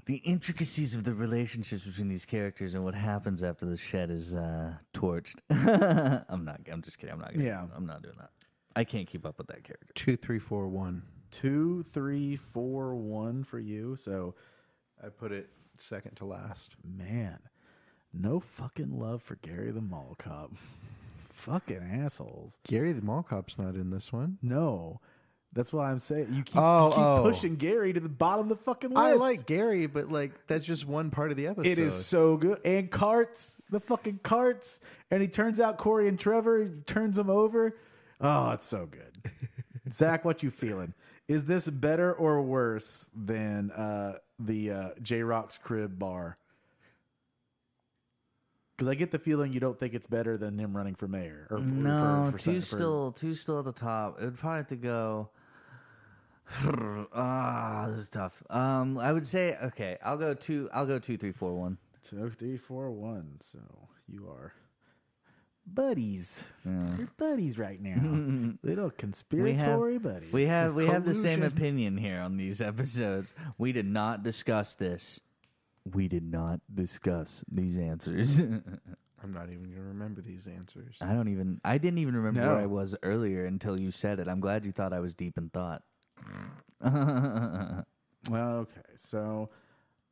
Speaker 2: The intricacies of the relationships between these characters and what happens after the shed is uh, torched. I'm not. I'm just kidding. I'm not. Gonna,
Speaker 1: Yeah.
Speaker 2: I'm not doing that. I can't keep up with that character.
Speaker 3: Two, three, four, one.
Speaker 1: two, three, four, one for you. So
Speaker 3: I put it second to last.
Speaker 1: man, no fucking love for Gary the Mall Cop. fucking assholes.
Speaker 3: Gary the Mall Cop's not in this one.
Speaker 1: No. That's why I'm saying you keep,
Speaker 3: Oh,
Speaker 1: you keep
Speaker 3: oh.
Speaker 1: pushing Gary to the bottom of the fucking list.
Speaker 3: I like Gary, but like that's just one part of the episode.
Speaker 1: It is so good. And carts, the fucking carts. And he turns out Corey and Trevor he turns them over. Oh, it's so good. Zach, what you feeling? Is this better or worse than uh, the uh, J Rock's crib bar? Because I get the feeling you don't think it's better than him running for mayor. Or for,
Speaker 2: No,
Speaker 1: for, for,
Speaker 2: two's
Speaker 1: for-
Speaker 2: still two's still at the top. It would probably have to go. Ah, this is tough. Um, I would say okay. I'll go two. I'll go two, three, four, one.
Speaker 1: two, three, four, one. So you are buddies. You're buddies right now. Little conspiratory buddies.
Speaker 2: We have we have the same
Speaker 3: Collusion.
Speaker 2: opinion here on these episodes. We did not discuss this. We did not discuss these answers.
Speaker 3: I'm not even gonna remember these answers.
Speaker 2: I don't even. I didn't even remember where
Speaker 1: No.
Speaker 2: I was earlier until you said it. I'm glad you thought I was deep in thought.
Speaker 1: Well, okay. So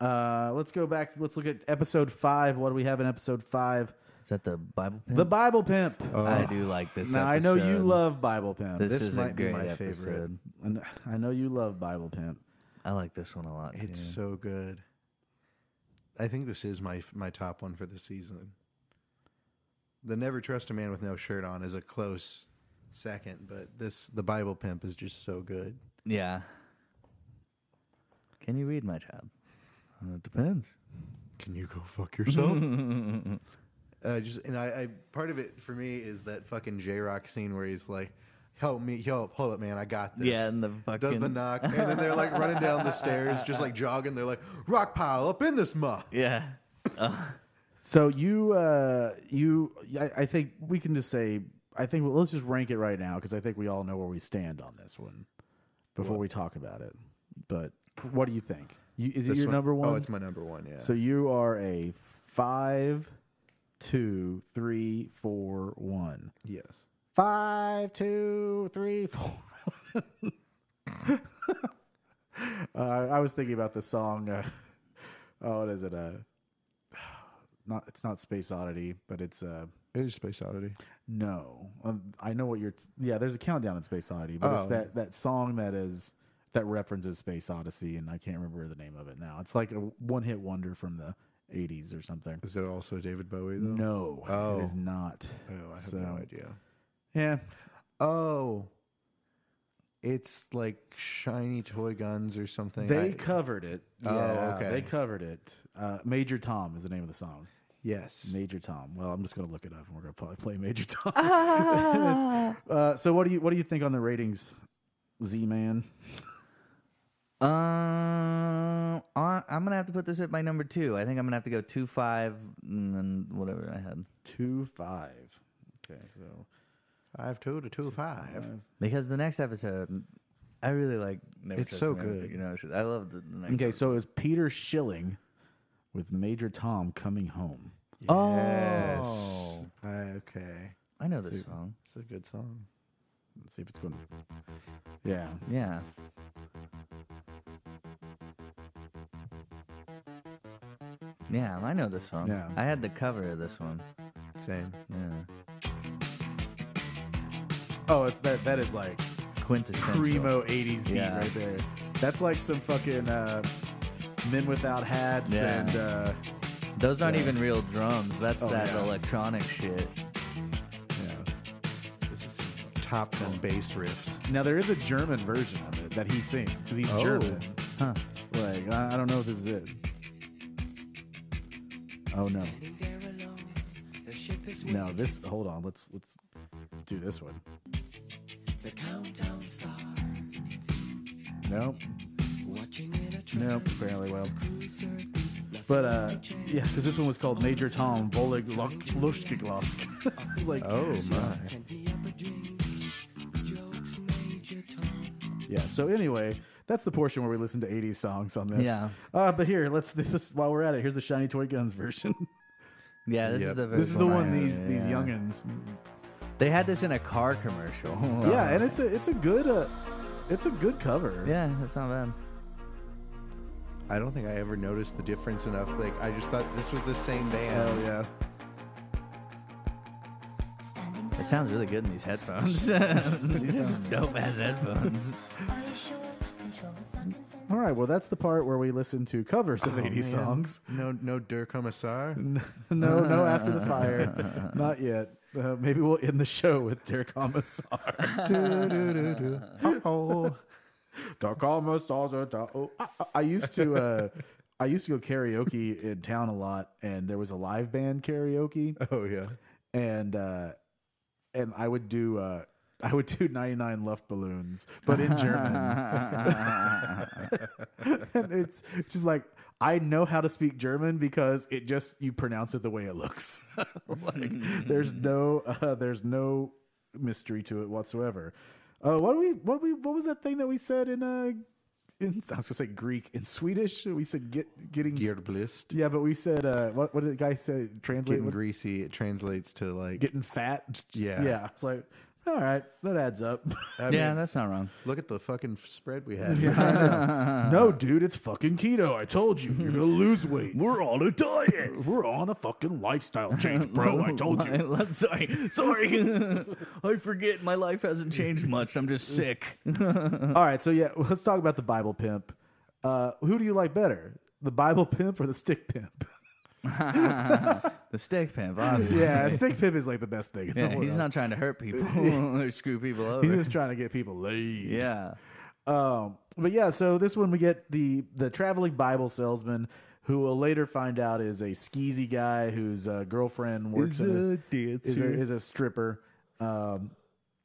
Speaker 1: uh, let's go back. Let's look at episode five. What do we have in episode five?
Speaker 2: Is that the Bible?
Speaker 1: The Bible Pimp.
Speaker 2: I do like Oh, this.
Speaker 1: now, I know you
Speaker 2: episode.
Speaker 1: love Bible Pimp.
Speaker 2: Uh, this,
Speaker 3: this
Speaker 2: is a
Speaker 3: might be
Speaker 2: great
Speaker 3: my favorite.
Speaker 2: episode.
Speaker 1: I kn- I know you love Bible Pimp.
Speaker 2: I like this one a lot.
Speaker 3: It's
Speaker 2: too.
Speaker 3: so good. I think this is my my top one for the season. The Never Trust a Man with No Shirt On is a close second, but this the Bible Pimp is just so good.
Speaker 2: yeah. Can you read, my child? Uh, it depends.
Speaker 3: Can you go fuck yourself? uh, just and I, I part of it for me is that fucking J Rock scene where he's like, "Help me, yo, hold up, man, I got this."
Speaker 2: Yeah, and the
Speaker 3: does the
Speaker 2: fucking-
Speaker 3: knock, and then they're like running down the stairs, just like jogging. They're like, "Rock pile up in this muck."
Speaker 2: Yeah.
Speaker 1: So you, uh, you, I, I think we can just say, I think well, let's just rank it right now because I think we all know where we stand on this one before we talk about it. But what do you think? You, is it
Speaker 3: This
Speaker 1: your number one?
Speaker 3: Oh, it's my number one. Yeah.
Speaker 1: So you are a five, two, three, four, one.
Speaker 3: yes.
Speaker 1: Five, two, three, four. uh, I was thinking about the song. Uh, oh, what is it? Uh, not it's not Space Oddity, but it's uh,
Speaker 3: It is Space Oddity.
Speaker 1: no. Um, I know what you're. yeah, there's a countdown in Space Oddity, but it's
Speaker 3: Oh.
Speaker 1: that that song that is that references Space Odyssey, and I can't remember the name of it now. It's like a one hit wonder from the '80s or something.
Speaker 3: Is it also David Bowie though?
Speaker 1: No,
Speaker 3: Oh.
Speaker 1: it is not.
Speaker 3: Oh, I have
Speaker 1: So-
Speaker 3: no idea.
Speaker 1: Yeah,
Speaker 3: Oh. It's like shiny toy guns or something.
Speaker 1: They
Speaker 3: I-
Speaker 1: covered it.
Speaker 3: Oh,
Speaker 1: yeah,
Speaker 3: okay.
Speaker 1: They covered it. Uh, Major Tom is the name of the song.
Speaker 3: yes.
Speaker 1: Major Tom. Well, I'm just gonna look it up, and we're gonna probably play Major Tom. That's- uh, so, what do you what do you think on the ratings, Z Man?
Speaker 2: Um, I- I'm gonna have to put this at my number two. I think I'm gonna have to go two five and then whatever I had
Speaker 1: Two five. Okay, so
Speaker 3: Five two to two five.
Speaker 2: because the next episode, I really like. Never
Speaker 3: It's
Speaker 2: Trust
Speaker 3: so
Speaker 2: a Man with
Speaker 3: good.
Speaker 2: You know, I love the, the next.
Speaker 1: okay, so it was Peter Schilling with Major Tom coming home.
Speaker 2: Oh.
Speaker 3: Uh, Okay.
Speaker 2: I know this song.
Speaker 3: It's a good song.
Speaker 1: Let's see if it's going. to... Yeah,
Speaker 2: Yeah. Yeah, I know this song.
Speaker 1: Yeah.
Speaker 2: I had the cover of this one.
Speaker 3: Same.
Speaker 2: Yeah.
Speaker 1: Oh, it's that. That is like
Speaker 2: Quintessential.
Speaker 1: primo '80s beat
Speaker 2: Yeah.
Speaker 1: right there. That's like some fucking uh, men without hats
Speaker 2: Yeah.
Speaker 1: and uh,
Speaker 2: Those aren't even real drums. That's
Speaker 1: Oh,
Speaker 2: that
Speaker 1: yeah.
Speaker 2: electronic shit.
Speaker 1: yeah.
Speaker 3: This is some top ten bass riffs.
Speaker 1: Now there is a German version of it that he sings because he's
Speaker 3: Oh.
Speaker 1: German.
Speaker 2: Huh.
Speaker 1: Like I, I don't know if this is it. Oh no, no this. Hold on, let's let's do this one.
Speaker 5: The countdown starts.
Speaker 1: Nope,
Speaker 5: Watching in a trance.
Speaker 1: nope, apparently well.
Speaker 5: Cruiser, nothing
Speaker 1: But
Speaker 5: left
Speaker 1: uh,
Speaker 5: to change.
Speaker 1: yeah, because this one was called Major Tom Volig Lushkiglosk. It's like
Speaker 3: Oh my.
Speaker 5: Send me up a drink. Jokes, Major Tom.
Speaker 1: yeah. So anyway. That's the portion where we listen to 80s songs on this.
Speaker 2: Yeah.
Speaker 1: Uh, but here, let's this is while we're at it. Here's the Shiny Toy Guns version.
Speaker 2: Yeah, this is
Speaker 3: Yep.
Speaker 2: the
Speaker 1: this is the
Speaker 2: version
Speaker 1: one
Speaker 2: I had,
Speaker 1: these these
Speaker 2: yeah.
Speaker 1: youngins
Speaker 2: They had this in a car commercial.
Speaker 1: Yeah, and it's a it's a good uh, it's a good cover.
Speaker 2: yeah, that's not bad.
Speaker 3: I don't think I ever noticed the difference enough. Like I just thought this was the same band.
Speaker 1: Hell yeah.
Speaker 6: Standing
Speaker 2: It
Speaker 6: back,
Speaker 2: sounds really good in these headphones. these are dope ass headphones.
Speaker 6: are you sure? Control is not convinced.
Speaker 1: All right, well that's the part where we listen to covers of 80 songs.
Speaker 3: No no Der Kommissar.
Speaker 1: No, no, after the fire, not yet. Uh, maybe we'll end the show with Der Kommissar.
Speaker 3: Oh.
Speaker 1: Der Kommissar. da- oh. I, I- I used to uh, I used to go karaoke in town a lot, and there was a live band karaoke.
Speaker 3: oh yeah.
Speaker 1: and uh and I would do uh I would do 99 Luft balloons, but in German. and it's just like I know how to speak German because it just you pronounce it the way it looks. like there's no uh, there's no mystery to it whatsoever. Uh, what do we what we what was that thing that we said in uh in I was gonna say Greek in Swedish we said get getting
Speaker 3: Gearblist.
Speaker 1: yeah but we said uh what what did the guy say translate
Speaker 3: Getting
Speaker 1: what-
Speaker 3: greasy. It translates to like
Speaker 1: getting fat.
Speaker 3: Yeah.
Speaker 1: Yeah. It's like, All right, that adds up.
Speaker 3: I
Speaker 2: yeah,
Speaker 3: mean,
Speaker 2: that's not wrong.
Speaker 3: look at the fucking spread we had.
Speaker 1: no, dude, it's fucking keto. I told you, you're gonna lose weight. We're on a diet. We're on a fucking lifestyle change, bro. I told you.
Speaker 2: I'm sorry, sorry. I forget. My life hasn't changed much. I'm just sick.
Speaker 1: All right, so yeah, let's talk about the Bible pimp. Uh, who do you like better, the Bible pimp or the stick pimp?
Speaker 2: The stick pimp. Obviously.
Speaker 1: Yeah, stick pimp is like the best thing. In the
Speaker 2: Yeah,
Speaker 1: world.
Speaker 2: he's not trying to hurt people or screw people over.
Speaker 1: He's just trying to get people laid.
Speaker 2: yeah.
Speaker 1: Um, but yeah, so this one we get the the traveling Bible salesman who we'll later find out is a skeezy guy whose uh, girlfriend works in a- is a, is a stripper um,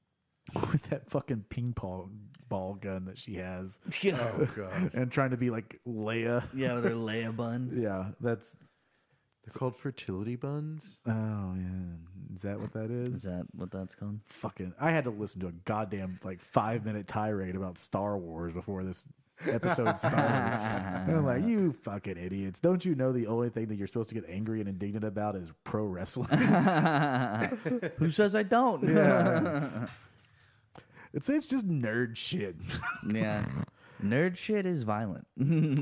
Speaker 1: with that fucking ping pong ball gun that she has
Speaker 3: Oh god,
Speaker 1: and trying to be like Leia.
Speaker 2: Yeah, with her Leia bun.
Speaker 1: Yeah, that's
Speaker 3: they're called fertility buns.
Speaker 1: oh yeah. Is that what that is?
Speaker 2: Is that what that's called?
Speaker 1: Fucking, I had to listen to a goddamn like five minute tirade about Star Wars before this episode started. and I'm like, you fucking idiots! Don't you know the only thing that you're supposed to get angry and indignant about is pro wrestling?
Speaker 2: Who says I don't?
Speaker 1: it's it's just nerd shit.
Speaker 2: yeah. Nerd shit is violent.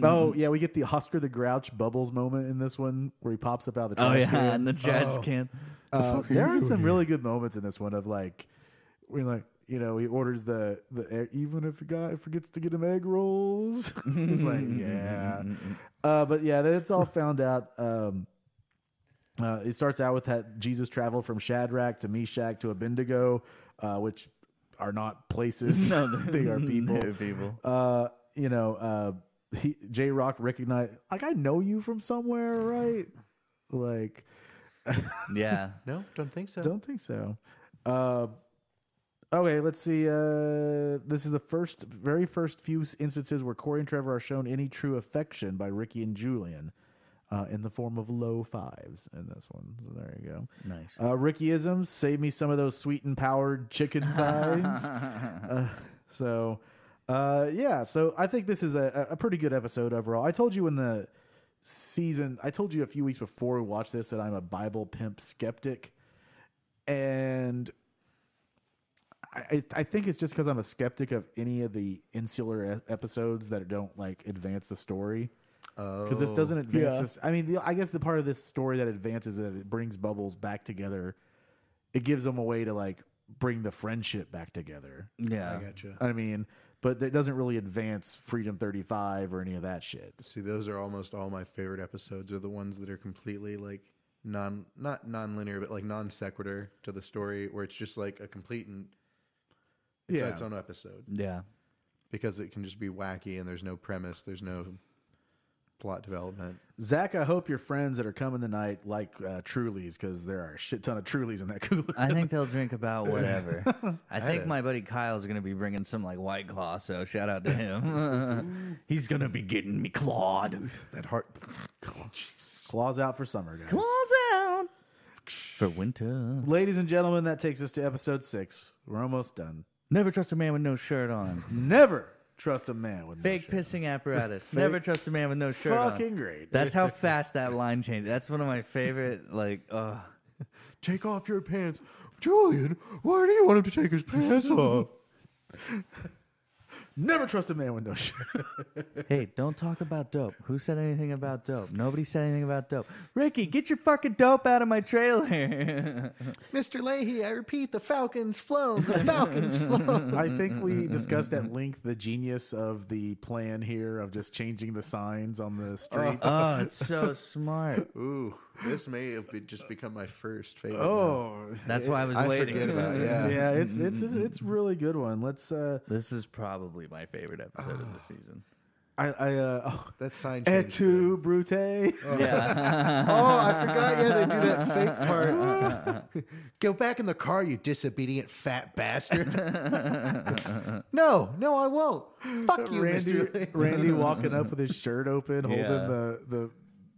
Speaker 1: oh yeah, we get the Oscar the Grouch bubbles moment in this one where he pops up out of the trash can.
Speaker 2: Oh, and the jazz can.
Speaker 1: Uh, there are some really good moments in this one of like we're like you know he orders the the egg- even if a guy forgets to get him egg rolls he's like yeah uh, but yeah that's all found out um uh, it starts out with that Jesus traveled from Shadrach to Meshach to Abednego, uh, which are not places.
Speaker 2: No,
Speaker 1: they are people.
Speaker 2: They're people.
Speaker 1: Uh, you know, uh, he, J Rock recognized, like, I know you from somewhere, right? Like,
Speaker 2: Yeah.
Speaker 3: No, don't think so.
Speaker 1: don't think so. Uh, okay, let's see. Uh, this is the first, very first few instances where Corey and Trevor are shown any true affection by Ricky and Julian. Uh, in the form of low fives in this one. So there you go.
Speaker 2: Nice.
Speaker 1: Uh, Rickyisms, save me some of those sweet and powered chicken thighs. Uh, so, uh, yeah. So I think this is a, a pretty good episode overall. I told you in the season, I told you a few weeks before we watched this that I'm a Bible pimp skeptic, and I, I- I think it's just because I'm a skeptic of any of the insular e- episodes that don't like advance the story. Because this doesn't advance this. I mean, the, I guess the part of this story that advances it, it brings bubbles back together. It gives them a way to like bring the friendship back together.
Speaker 2: Yeah.
Speaker 4: Gotcha.
Speaker 1: I mean, but it doesn't really advance Freedom 35 or any of that shit.
Speaker 3: See, those are almost all my favorite episodes. Are the ones that are completely like non, not non-linear, but like non sequitur to the story, where it's just like a complete and it's
Speaker 1: Yeah.
Speaker 3: its own episode
Speaker 2: Yeah.
Speaker 3: because it can just be wacky and there's no premise, there's no plot development.
Speaker 1: Zach, I hope your friends that are coming tonight like uh, Trulies because there are a shit ton of Trulies in that cooler.
Speaker 2: I think they'll drink about whatever. I think my buddy Kyle's gonna be bringing some like white claw, so shout out to him. He's gonna be getting me clawed.
Speaker 3: That heart.
Speaker 1: Claws out for summer, guys.
Speaker 2: Claws out for winter.
Speaker 1: Ladies and gentlemen, that takes us to episode six. We're almost done.
Speaker 2: Never trust a man with no shirt on.
Speaker 1: Never trust a man with no
Speaker 2: Fake
Speaker 1: shirt.
Speaker 2: pissing apparatus. Never trust a man with no shirt on.
Speaker 1: Fucking great.
Speaker 2: That's how fast that line changed. That's one of my favorite. Like, uh,
Speaker 3: Take off your pants, Julian. Why do you want him to take his pants off?
Speaker 1: Never trust a man with no shirt.
Speaker 2: hey, don't talk about dope. Who said anything about dope? Nobody said anything about dope. Ricky, get your fucking dope out of my trailer.
Speaker 3: Mr. Leahy, I repeat, the Falcons flown. The Falcons flown.
Speaker 1: I think we discussed at length the genius of the plan here of just changing the signs on the street.
Speaker 2: oh, it's so smart.
Speaker 3: Ooh, this may have be- just become my first favorite.
Speaker 1: oh,
Speaker 2: That's why I was
Speaker 3: I
Speaker 2: waiting.
Speaker 3: forget about it. Yeah.
Speaker 1: yeah, it's it's it's, it's a really good one. Let's. uh
Speaker 2: This is probably my favorite episode of the season.
Speaker 1: I I uh. Oh.
Speaker 3: That sign
Speaker 1: Et
Speaker 3: changed.
Speaker 1: tu, Brute?
Speaker 2: Yeah.
Speaker 3: Oh, I forgot. Yeah, they do that fake part. Go back in the car, you disobedient fat bastard. no, no, I won't. Fuck you,
Speaker 1: Randy,
Speaker 3: Mr. Lee.
Speaker 1: Randy walking up with his shirt open, holding
Speaker 2: Yeah.
Speaker 1: the the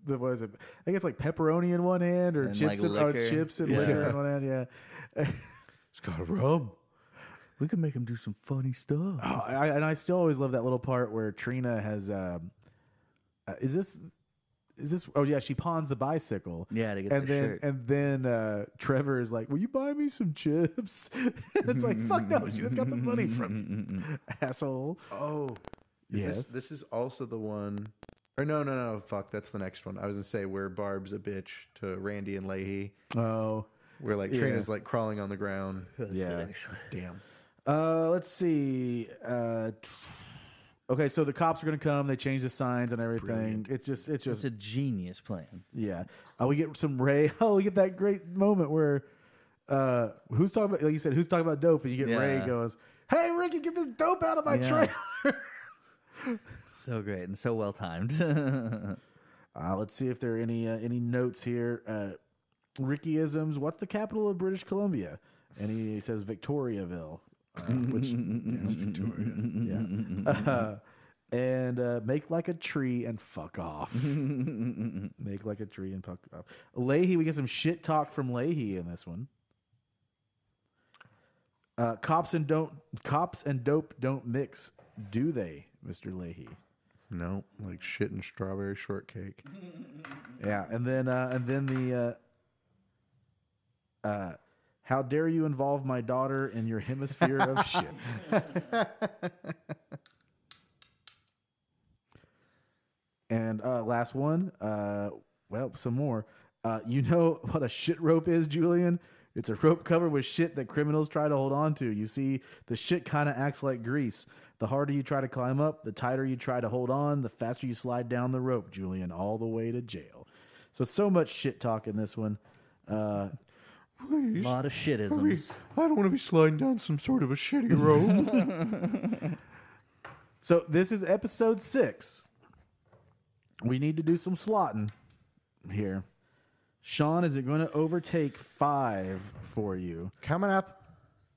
Speaker 1: the what is it? I think it's like pepperoni in one hand or
Speaker 2: And,
Speaker 1: chips
Speaker 2: like,
Speaker 1: and oh, it's
Speaker 2: liquor.
Speaker 1: chips and
Speaker 2: Yeah.
Speaker 1: liquor in one hand. Yeah,
Speaker 4: It's got rum.
Speaker 2: we could make him do some funny stuff.
Speaker 1: Oh, I, and I still always love that little part where Trina has. Um, uh, is this is this? Oh yeah, she pawns the bicycle.
Speaker 2: Yeah, to get
Speaker 1: and
Speaker 2: the
Speaker 1: then
Speaker 2: shirt.
Speaker 1: and then uh, Trevor is like, "Will you buy me some chips?" it's like, "Fuck no!" She just got the money from you, asshole.
Speaker 2: Uh,
Speaker 3: Oh,
Speaker 1: Yes.
Speaker 3: is this this is also the one. Or no, no, no, fuck. That's the next one. I was gonna say where Barb's a bitch to Randy and Leahy.
Speaker 1: Oh,
Speaker 3: Where like Trina's like crawling on the ground.
Speaker 1: yeah.
Speaker 3: Damn.
Speaker 1: Uh, let's see. Uh, tr- okay, so the cops are gonna come. They change the signs and everything. It's just, it's just,
Speaker 2: It's a genius plan.
Speaker 1: yeah. Uh, we get some Ray. Oh, we get that great moment where, uh, who's talking about? Like you said, who's talking about dope? And you get Ray
Speaker 2: Yeah.
Speaker 1: goes, "Hey, Ricky, get this dope out of my
Speaker 2: Yeah.
Speaker 1: trailer."
Speaker 2: So great and so well timed.
Speaker 1: Uh, let's see if there are any uh, any notes here. Uh, Rickyisms. What's the capital of British Columbia? And he says Victoriaville, uh, which is Victoria. Yeah. Uh, and uh, make like a tree and fuck off. make like a tree and fuck off. Leahy, we get some shit talk from Leahy in this one. Uh, cops and don't cops and dope don't mix, do they, Mister Leahy?
Speaker 3: No, like shit and strawberry shortcake.
Speaker 1: Yeah, and then uh, and then the uh, uh, how dare you involve my daughter in your hemisphere of shit? and uh, last one, uh, well, some more. Uh, you know what a shit rope is, Julian? It's a rope covered with shit that criminals try to hold on to. You see, the shit kind of acts like grease. The harder you try to climb up, the tighter you try to hold on, the faster you slide down the rope, Julian, all the way to jail. So, so much shit talk in this one. Uh,
Speaker 2: a lot of shitisms.
Speaker 3: I don't want to be sliding down some sort of a shitty rope.
Speaker 1: so, this is episode six. We need to do some slotting here. Sean, is it going to overtake five for you?
Speaker 3: Coming up,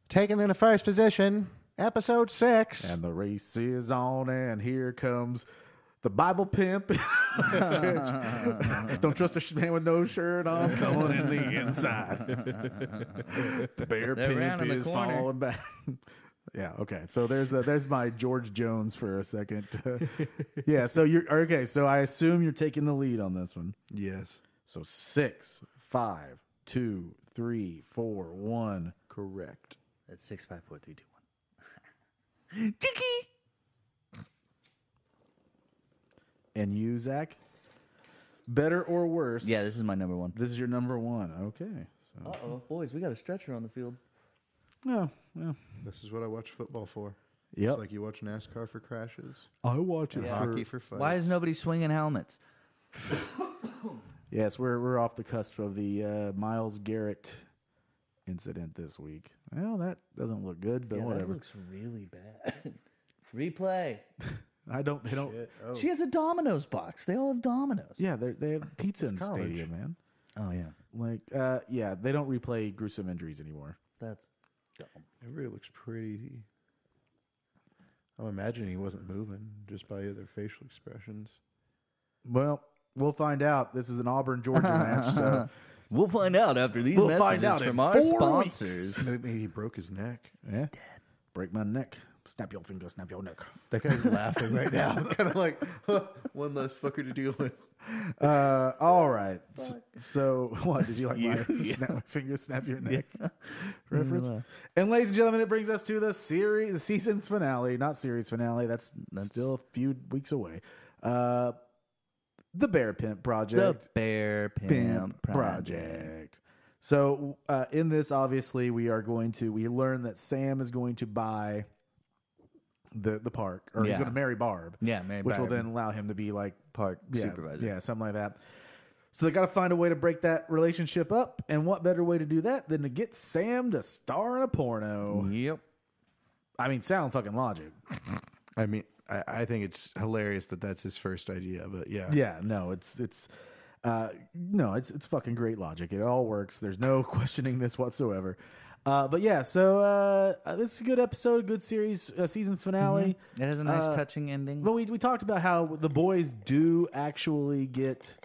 Speaker 3: taking in the first position, episode six.
Speaker 1: And the race is on, and here comes the Bible pimp. Don't trust a sh- man with no shirt on. It's coming in the inside. the bear
Speaker 2: They're
Speaker 1: pimp
Speaker 2: rounding the
Speaker 1: is
Speaker 2: corner.
Speaker 1: falling back. yeah. Okay. So there's a, there's my George Jones for a second. yeah. So you're okay. So I assume you're taking the lead on this one.
Speaker 3: Yes,
Speaker 1: So six, five, two, three, four, one.
Speaker 3: correct.
Speaker 2: That's six five four three two one.
Speaker 1: And you, Zach. Better or worse?
Speaker 2: Yeah, this is my number one.
Speaker 1: This is your number one. Okay. So
Speaker 2: Uh oh, boys, we got a stretcher on the field.
Speaker 1: no, no.
Speaker 3: This is what I watch football for.
Speaker 1: Yep.
Speaker 3: It's like you watch NASCAR for crashes,
Speaker 1: I watch it.
Speaker 2: Yeah.
Speaker 3: hockey for fights.
Speaker 2: Why is nobody swinging helmets?
Speaker 1: Yes, we're we're off the cusp of the uh, Miles Garrett incident this week. Well, that doesn't look good, but whatever.
Speaker 2: looks really bad. Replay.
Speaker 1: I don't. They don't.
Speaker 2: She has a Domino's box. They all have Domino's.
Speaker 1: Yeah, they they have pizza in the
Speaker 3: college.
Speaker 1: stadium, man.
Speaker 2: Oh yeah,
Speaker 1: Like, uh, yeah, they don't replay gruesome injuries anymore.
Speaker 2: that's dumb.
Speaker 3: It really looks pretty. I'm imagining he wasn't moving just by their facial expressions.
Speaker 1: Well, we'll find out. This is an Auburn Georgia match, so
Speaker 2: We'll find out after these
Speaker 1: We'll find
Speaker 2: messages
Speaker 1: out in
Speaker 2: from our
Speaker 1: four
Speaker 2: sponsors.
Speaker 3: Maybe he broke his neck.
Speaker 1: yeah. break my neck, snap your finger, snap your neck.
Speaker 3: That guy's laughing right now. kind of like, one less fucker to deal with.
Speaker 1: Uh, all right. S- So, what did you Mm, like? My snap my finger, snap your neck. Reference. And ladies and gentlemen, it brings us to the series, the season's finale. Not series finale. That's, still a few weeks away. Uh, the Bear Pimp
Speaker 2: The
Speaker 1: Project.
Speaker 2: Bear Pimp,
Speaker 1: Pimp
Speaker 2: Project.
Speaker 1: Project. So, uh, in this, obviously, we are going to we learn that Sam is going to buy the the park, or he's
Speaker 2: Yeah.
Speaker 1: going to marry Barb.
Speaker 2: Yeah, marry
Speaker 1: which will
Speaker 2: Barb.
Speaker 1: then allow him to be like
Speaker 2: Park
Speaker 1: yeah,
Speaker 2: supervisor.
Speaker 1: yeah, something like that. So they got to find a way to break that relationship up, and what better way to do that than to get Sam to star in a porno?
Speaker 2: Yep.
Speaker 1: I mean, sound fucking logic.
Speaker 3: I mean, I, I think it's hilarious that that's his first idea, but yeah.
Speaker 1: Yeah, no, it's it's uh no, it's it's fucking great logic. It all works. There's no questioning this whatsoever. Uh but yeah, so uh this is a good episode, good series, uh, season's finale.
Speaker 2: It has a nice
Speaker 1: Uh,
Speaker 2: touching ending.
Speaker 1: But we we talked about how the boys do actually get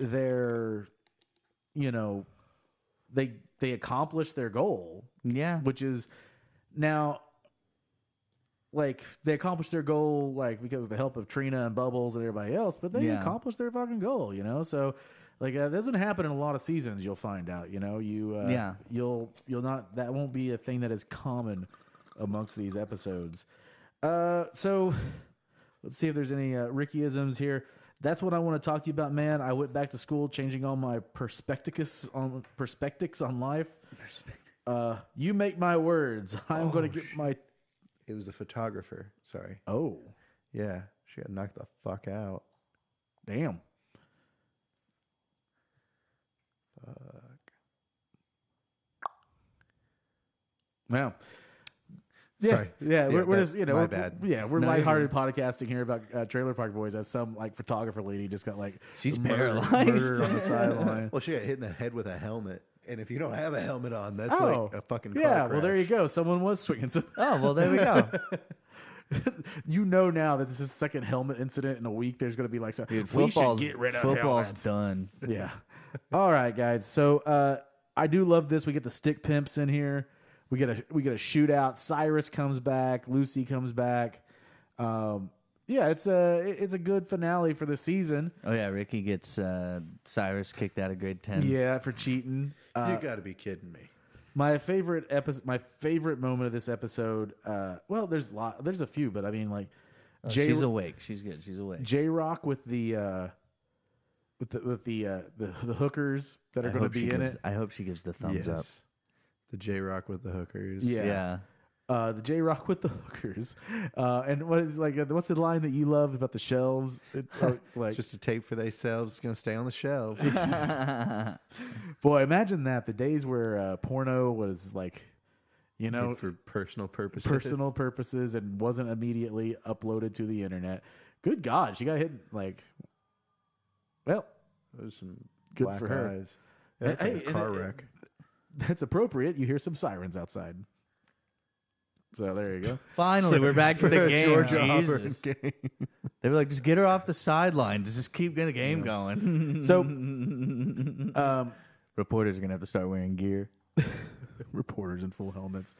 Speaker 1: their you know, they they accomplish their goal
Speaker 2: yeah.
Speaker 1: which is now like they accomplished their goal like because of the help of Trina and Bubbles and everybody else, but they
Speaker 2: Yeah.
Speaker 1: accomplished their fucking goal, you know. So like uh, that doesn't happen in a lot of seasons. You'll find out, you know. You uh,
Speaker 2: Yeah.
Speaker 1: You'll you'll not that won't be a thing that is common amongst these episodes. Uh, so let's see if there's any uh, Rickyisms here. That's what I want to talk to you about, man. I went back to school, changing all my perspectives on perspectives on life. Uh, you make my words. I'm going to get my
Speaker 3: It was a photographer. Sorry.
Speaker 1: oh
Speaker 3: Yeah, she got knocked the fuck out.
Speaker 1: damn. Wow. Yeah,
Speaker 3: Sorry.
Speaker 1: yeah, we're,
Speaker 3: Yeah,
Speaker 1: we're
Speaker 3: that-
Speaker 1: just you know,
Speaker 3: my
Speaker 1: we're,
Speaker 3: bad.
Speaker 1: yeah, we're
Speaker 3: No, you're
Speaker 1: lighthearted podcasting here about uh, Trailer Park Boys. As some like photographer lady just got like
Speaker 2: She's
Speaker 1: murdered-
Speaker 2: paralyzed.
Speaker 1: murdered on the sideline.
Speaker 3: Well, she got hit in the head with a helmet, and if you don't have a helmet on, that's
Speaker 1: oh,
Speaker 3: like a fucking car
Speaker 1: yeah. Well, there you
Speaker 3: crash.
Speaker 1: go. Someone was swinging. Some,
Speaker 2: Oh well, there we go.
Speaker 1: you know now that this is the second helmet incident in a week. There's going to be like some,
Speaker 2: Dude,
Speaker 1: we should
Speaker 2: football's-
Speaker 1: get rid of
Speaker 2: football's
Speaker 1: helmets.
Speaker 2: done.
Speaker 1: yeah. All right, guys. So uh, I do love this. We get the stick pimps in here. We get a we get a shootout. Cyrus comes back. Lucy comes back. Um, yeah, it's a it's a good finale for the season.
Speaker 2: Oh yeah, Ricky gets uh, Cyrus kicked out of grade ten.
Speaker 1: Yeah, for cheating. Uh,
Speaker 3: You got to be kidding me.
Speaker 1: my favorite episode. My favorite moment of this episode. Uh, well, there's lot. There's a few, but I mean, like, J-
Speaker 2: Uh, she's awake. She's good. She's awake.
Speaker 1: J Rock with the uh, with the with the, uh, the the hookers that are
Speaker 2: I
Speaker 1: going to
Speaker 2: hope she
Speaker 1: be in
Speaker 2: gives-
Speaker 1: it.
Speaker 2: I hope she gives the thumbs up.
Speaker 3: The J Rock with the hookers.
Speaker 1: Yeah.
Speaker 2: Yeah.
Speaker 1: Uh, the J Rock with the hookers. Uh, and what is like? uh, What's the line that you loved about the shelves? It, or, like,
Speaker 3: Just a tape for themselves. It's gonna stay on the shelf.
Speaker 1: boy, imagine that. The days where uh, porno was like, you know,
Speaker 3: for personal purposes.
Speaker 1: personal purposes and wasn't immediately uploaded to the internet. Good God, she got hit like. Well,
Speaker 3: Those some
Speaker 1: Good
Speaker 3: black
Speaker 1: for her.
Speaker 3: eyes. That's
Speaker 1: Hey,
Speaker 3: like
Speaker 1: and
Speaker 3: a car
Speaker 1: it-
Speaker 3: wreck.
Speaker 1: that's appropriate. You hear some sirens outside. So there you go.
Speaker 2: Finally, we're back for the game.
Speaker 3: Georgia
Speaker 2: Jesus.
Speaker 3: Auburn game.
Speaker 2: They were like, just get her off the sidelines. Just keep getting the game going.
Speaker 1: So, um,
Speaker 2: Reporters are gonna have to start wearing gear.
Speaker 1: reporters in full helmets.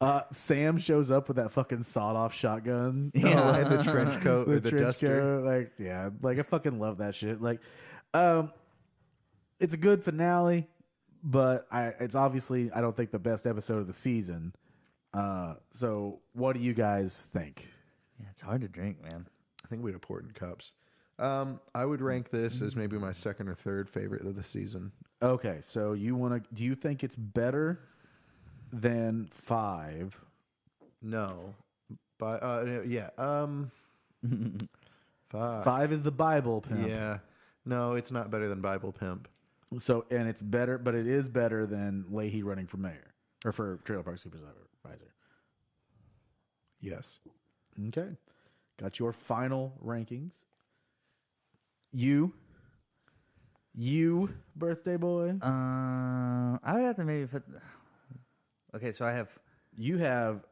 Speaker 1: Uh, Sam shows up with that fucking sawed-off shotgun.
Speaker 3: Oh, and the trench coat or the
Speaker 1: trench
Speaker 3: duster.
Speaker 1: coat, Like, yeah, like I fucking love that shit. Like, um, it's a good finale, but I it's obviously I don't think the best episode of the season. Uh, so what do you guys think?
Speaker 2: Yeah, it's hard to drink, man.
Speaker 3: I think we had a port in cups. Um, I would rank this as maybe my second or third favorite of the season.
Speaker 1: Okay, so you want to? Do you think it's better than five?
Speaker 3: No, but uh, yeah, um, five.
Speaker 1: Five is the Bible pimp.
Speaker 3: Yeah, no, it's not better than Bible Pimp.
Speaker 1: So and it's better, but it is better than Leahy running for mayor or for trailer park supervisor.
Speaker 3: Yes,
Speaker 1: Okay, got your final rankings. You, you birthday boy,
Speaker 2: Uh, I would have to maybe put. Okay, so I have.
Speaker 1: you have,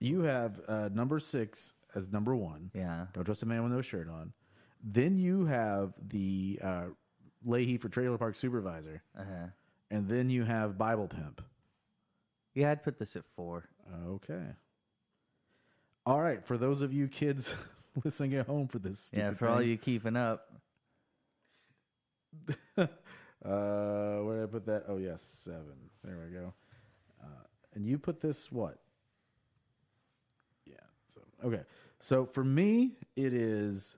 Speaker 1: you have uh, number six as number one.
Speaker 2: Yeah.
Speaker 1: Don't trust a man with no shirt on. Then you have the uh, Leahy for trailer park supervisor,
Speaker 2: Uh huh.
Speaker 1: and then you have Bible pimp.
Speaker 2: Yeah, I'd put this at four.
Speaker 1: Okay. All right. For those of you kids listening at home for this, stupid
Speaker 2: yeah, for all
Speaker 1: thing,
Speaker 2: you keeping up.
Speaker 1: Uh, where did I put that? Oh, yes, seven. There we go. Uh, and you put this what? Yeah. So, okay. So for me, it is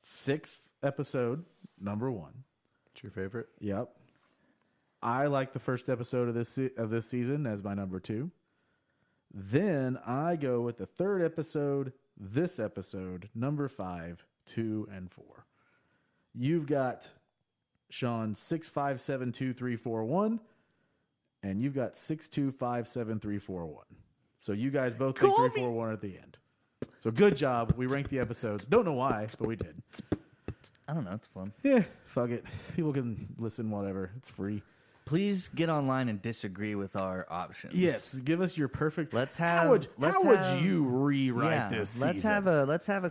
Speaker 1: sixth episode, number one.
Speaker 3: it's your favorite.
Speaker 1: Yep. I like the first episode of this se- of this season as my number 2. Then I go with the third episode, this episode, number 5, 2 and 4. You've got Sean 657231 and you've got 625731. So you guys both think 341 at the end. So good job. We ranked the episodes. Don't know why, but we did.
Speaker 2: I don't know. It's fun.
Speaker 1: Yeah, fuck it. People can listen whatever. It's free.
Speaker 2: Please get online and disagree with our options.
Speaker 1: Yes, give us your perfect.
Speaker 2: Let's
Speaker 1: How
Speaker 2: have-
Speaker 1: would,
Speaker 2: let's
Speaker 1: how
Speaker 2: have-
Speaker 1: would you rewrite
Speaker 2: Yeah,
Speaker 1: this?
Speaker 2: let's
Speaker 1: season?
Speaker 2: have a let's have a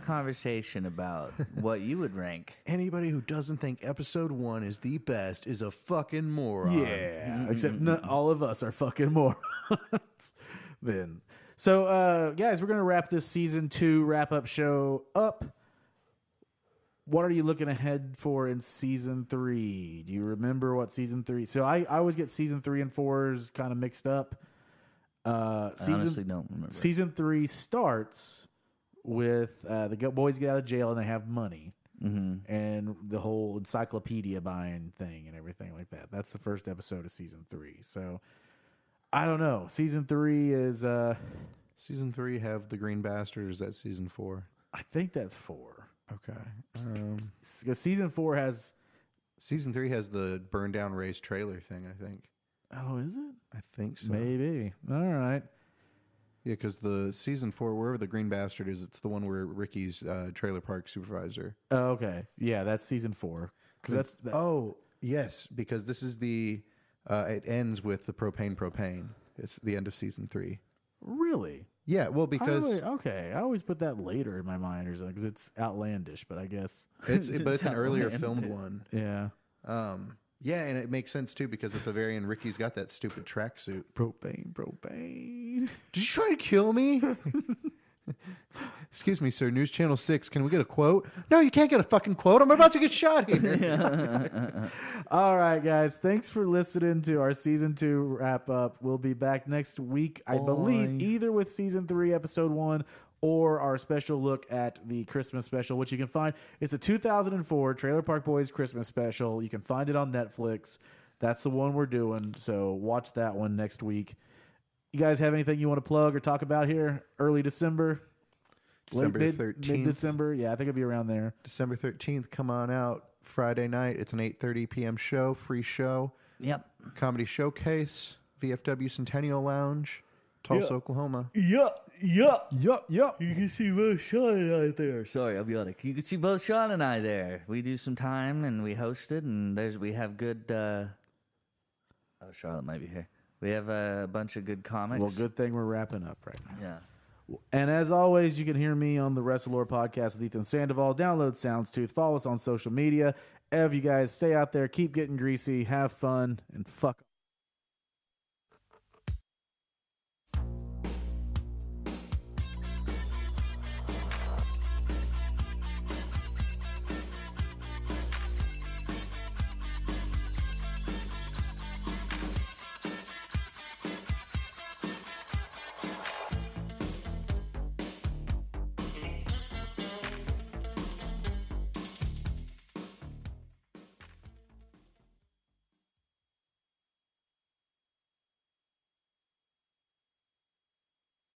Speaker 2: conversation about what you would rank.
Speaker 3: Anybody who doesn't think episode one is the best is a fucking moron.
Speaker 1: Mm-hmm.
Speaker 2: Mm-hmm.
Speaker 1: yeah. Except not all of us are fucking morons. then, So, uh, guys, we're going to wrap this season two wrap up show up. What are you looking ahead for in season three? Do you remember what season three? So I, I always get season three and fours kind of mixed up. Uh,
Speaker 2: I
Speaker 1: season,
Speaker 2: honestly don't remember.
Speaker 1: Season three starts with uh, the go- boys get out of jail and they have money, mm-hmm. and the whole encyclopedia buying thing and everything like that. That's the first episode of season three. So I don't know. Season three is uh,
Speaker 3: Season three have the Green Bastard. Or is that season four?
Speaker 1: I think that's four.
Speaker 3: Okay. Um,
Speaker 1: Because season four has
Speaker 3: season three has the burn down race trailer thing. I think.
Speaker 1: oh, is it
Speaker 3: I think so. Yeah, 'cause
Speaker 1: maybe? All right.
Speaker 3: Yeah, because the season four, wherever the Green Bastard is, it's the one where Ricky's uh, trailer park supervisor.
Speaker 1: Oh, okay, yeah, that's season four. Because that's that,
Speaker 3: Oh yes, because this is the. Uh, it ends with the propane propane. It's the end of season three.
Speaker 1: really.
Speaker 3: Yeah, well,
Speaker 1: I
Speaker 3: because
Speaker 1: always- okay, I always put that later in my mind or something because it's outlandish. But I guess
Speaker 3: it's but it's an
Speaker 2: It's
Speaker 3: earlier
Speaker 2: outlandish.
Speaker 3: filmed one.
Speaker 1: yeah,
Speaker 3: Um, yeah, and it makes sense too because at the very end, Ricky's got that stupid tracksuit.
Speaker 1: propane, propane.
Speaker 3: Did you try to kill me? Excuse me, sir. News Channel Six. Can we get a quote? No, you can't get a fucking quote. I'm about to get shot here.
Speaker 1: All right, guys, thanks for listening to our season two wrap up. We'll be back next week, I believe, either with season three, episode one. Or our special look at the Christmas special, which you can find. It's a 2004 Trailer Park Boys Christmas special. You can find it on Netflix. That's the one we're doing. So watch that one next week. You guys have anything you want to plug or talk about here? Early December, Late
Speaker 3: December
Speaker 1: mid-
Speaker 3: thirteenth.
Speaker 1: mid-December. Yeah, I think it'll be around there.
Speaker 3: December thirteenth. Come on out. Friday night. It's an eight thirty p.m. show. Free show.
Speaker 2: Yep.
Speaker 3: Comedy Showcase. VFW Centennial Lounge. Tulsa,
Speaker 2: Yeah.
Speaker 3: Oklahoma.
Speaker 2: Yup. Yup.
Speaker 1: Yup, yup.
Speaker 2: You can see both Sean and I there. Sorry, I'll be honest. You can see both Sean and I there. We do some time and we host it, and there's we have good. uh Oh, Charlotte might be here. We have uh, a bunch of good comics.
Speaker 1: Well, good thing we're wrapping up right now.
Speaker 2: Yeah.
Speaker 1: And as always, you can hear me on the WrestleLore podcast with Ethan Sandoval. Download Soundstooth. Follow us on social media. Ev, you guys stay out there, keep getting greasy, have fun, and fuck.